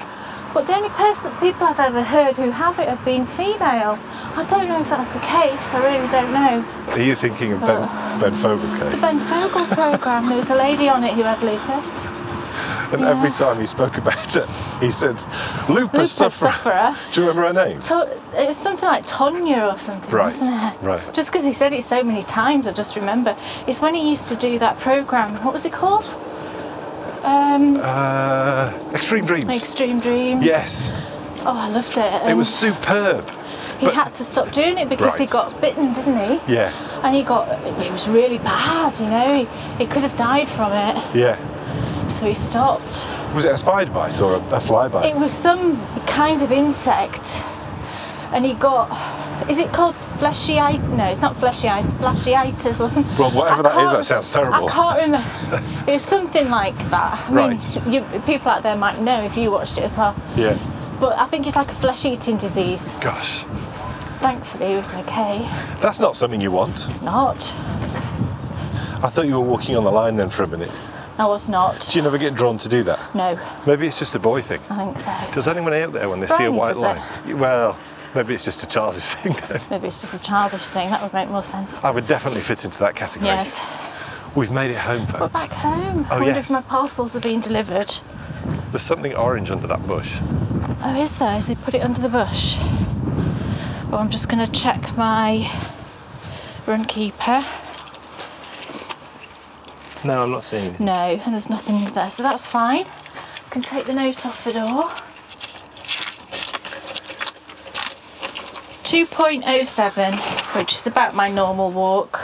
Speaker 2: But the only person people I've ever heard who have it have been female. I don't know if that's the case. I really don't know.
Speaker 1: Are you thinking of eh? Ben,
Speaker 2: Oh.
Speaker 1: ben Fogelcake?
Speaker 2: The Ben Fogel program. There was a lady on it who had lupus.
Speaker 1: And
Speaker 2: Yeah.
Speaker 1: every time he spoke about it, he said, lupus,
Speaker 2: Lupus
Speaker 1: sufferer.
Speaker 2: sufferer.
Speaker 1: Do you remember her name?
Speaker 2: So it was something like Tonya or something,
Speaker 1: Right,
Speaker 2: wasn't it?
Speaker 1: right.
Speaker 2: Just because he said it so many times, I just remember. It's when he used to do that program. What was it called? Um,
Speaker 1: Uh, Extreme Dreams.
Speaker 2: Extreme Dreams.
Speaker 1: Yes,
Speaker 2: Oh, I loved it.
Speaker 1: it
Speaker 2: Um,
Speaker 1: was superb.
Speaker 2: He
Speaker 1: but-
Speaker 2: had to stop doing it because he
Speaker 1: Right.
Speaker 2: got bitten, didn't he?
Speaker 1: Yeah,
Speaker 2: And he got, it was really bad, you know, he, he could have died from it,
Speaker 1: yeah.
Speaker 2: so he stopped.
Speaker 1: Was it a spider bite or a, a fly bite?
Speaker 2: It was some kind of insect, and he got, is it called fleshiitis? No, it's not fleshiitis, fleshiitis or something.
Speaker 1: Well, whatever that is, that sounds terrible.
Speaker 2: I can't remember. it was something like that. I mean,
Speaker 1: Right.
Speaker 2: you, people out there might know if you watched it as well.
Speaker 1: yeah.
Speaker 2: But I think it's like a flesh eating disease.
Speaker 1: Gosh,
Speaker 2: Thankfully, he was okay.
Speaker 1: that's not something you want.
Speaker 2: It's not.
Speaker 1: I thought you were walking on the line then for a minute.
Speaker 2: I was not.
Speaker 1: Do you never get drawn to do that?
Speaker 2: No,
Speaker 1: Maybe it's just a boy thing.
Speaker 2: I think so.
Speaker 1: Does anyone out there, when they see a
Speaker 2: Brian
Speaker 1: white
Speaker 2: does
Speaker 1: line,
Speaker 2: that.
Speaker 1: well, maybe it's just a childish thing then.
Speaker 2: Maybe it's just a childish thing. That would make more sense.
Speaker 1: I would definitely fit into that category.
Speaker 2: Yes.
Speaker 1: We've made it home,
Speaker 2: We're
Speaker 1: folks.
Speaker 2: back home.
Speaker 1: Oh,
Speaker 2: I wonder
Speaker 1: yes.
Speaker 2: if my parcels are being delivered.
Speaker 1: There's something orange under that bush.
Speaker 2: Oh, is there? Is he put it under the bush? Oh, I'm just going to check my run keeper.
Speaker 3: No, I'm not seeing anything.
Speaker 2: No, and there's nothing there, so that's fine. can take the note off the door. 2.07, which is about my normal walk.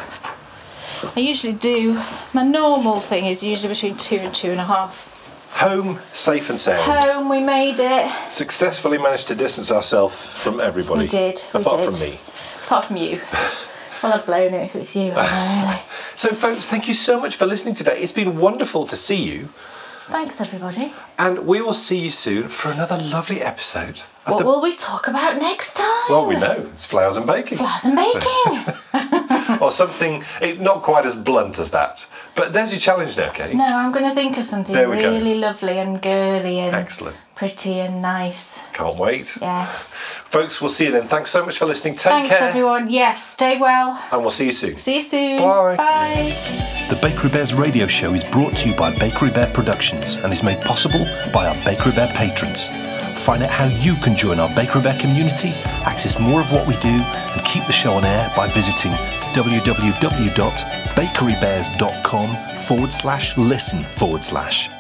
Speaker 2: I usually do, my normal thing is usually between two and two and a half.
Speaker 1: Home, safe and sound.
Speaker 2: Home, we made it.
Speaker 1: Successfully managed to distance ourselves from everybody.
Speaker 2: We did, we
Speaker 1: Apart
Speaker 2: did.
Speaker 1: from me.
Speaker 2: Apart from you. Well, I'd blown it if it was you, I know, really.
Speaker 1: So, folks, thank you so much for listening today. It's been wonderful to see you.
Speaker 2: Thanks, everybody.
Speaker 1: And we will see you soon for another lovely episode of
Speaker 2: What
Speaker 1: the.
Speaker 2: will we talk about next time?
Speaker 1: well, we know it's flowers and baking,
Speaker 2: Flowers and baking.
Speaker 1: or something it, not quite as blunt as that. But there's your challenge now, Kate.
Speaker 2: no, I'm going to think of something
Speaker 1: There we go.
Speaker 2: really lovely and girly and
Speaker 1: Excellent.
Speaker 2: pretty and nice.
Speaker 1: Can't wait,
Speaker 2: Yes.
Speaker 1: folks. We'll see you then. Thanks so much for listening. Take
Speaker 2: Thanks,
Speaker 1: care,
Speaker 2: everyone. Yes, stay well.
Speaker 1: and we'll see you soon.
Speaker 2: See you soon.
Speaker 1: Bye.
Speaker 2: Bye.
Speaker 5: The Bakery Bears radio show is brought to you by Bakery Bear Productions and is made possible by our Bakery Bear patrons. Find out how you can join our Bakery Bear community, access more of what we do, and keep the show on air by visiting www.bakerybears.com forward slash listen forward slash.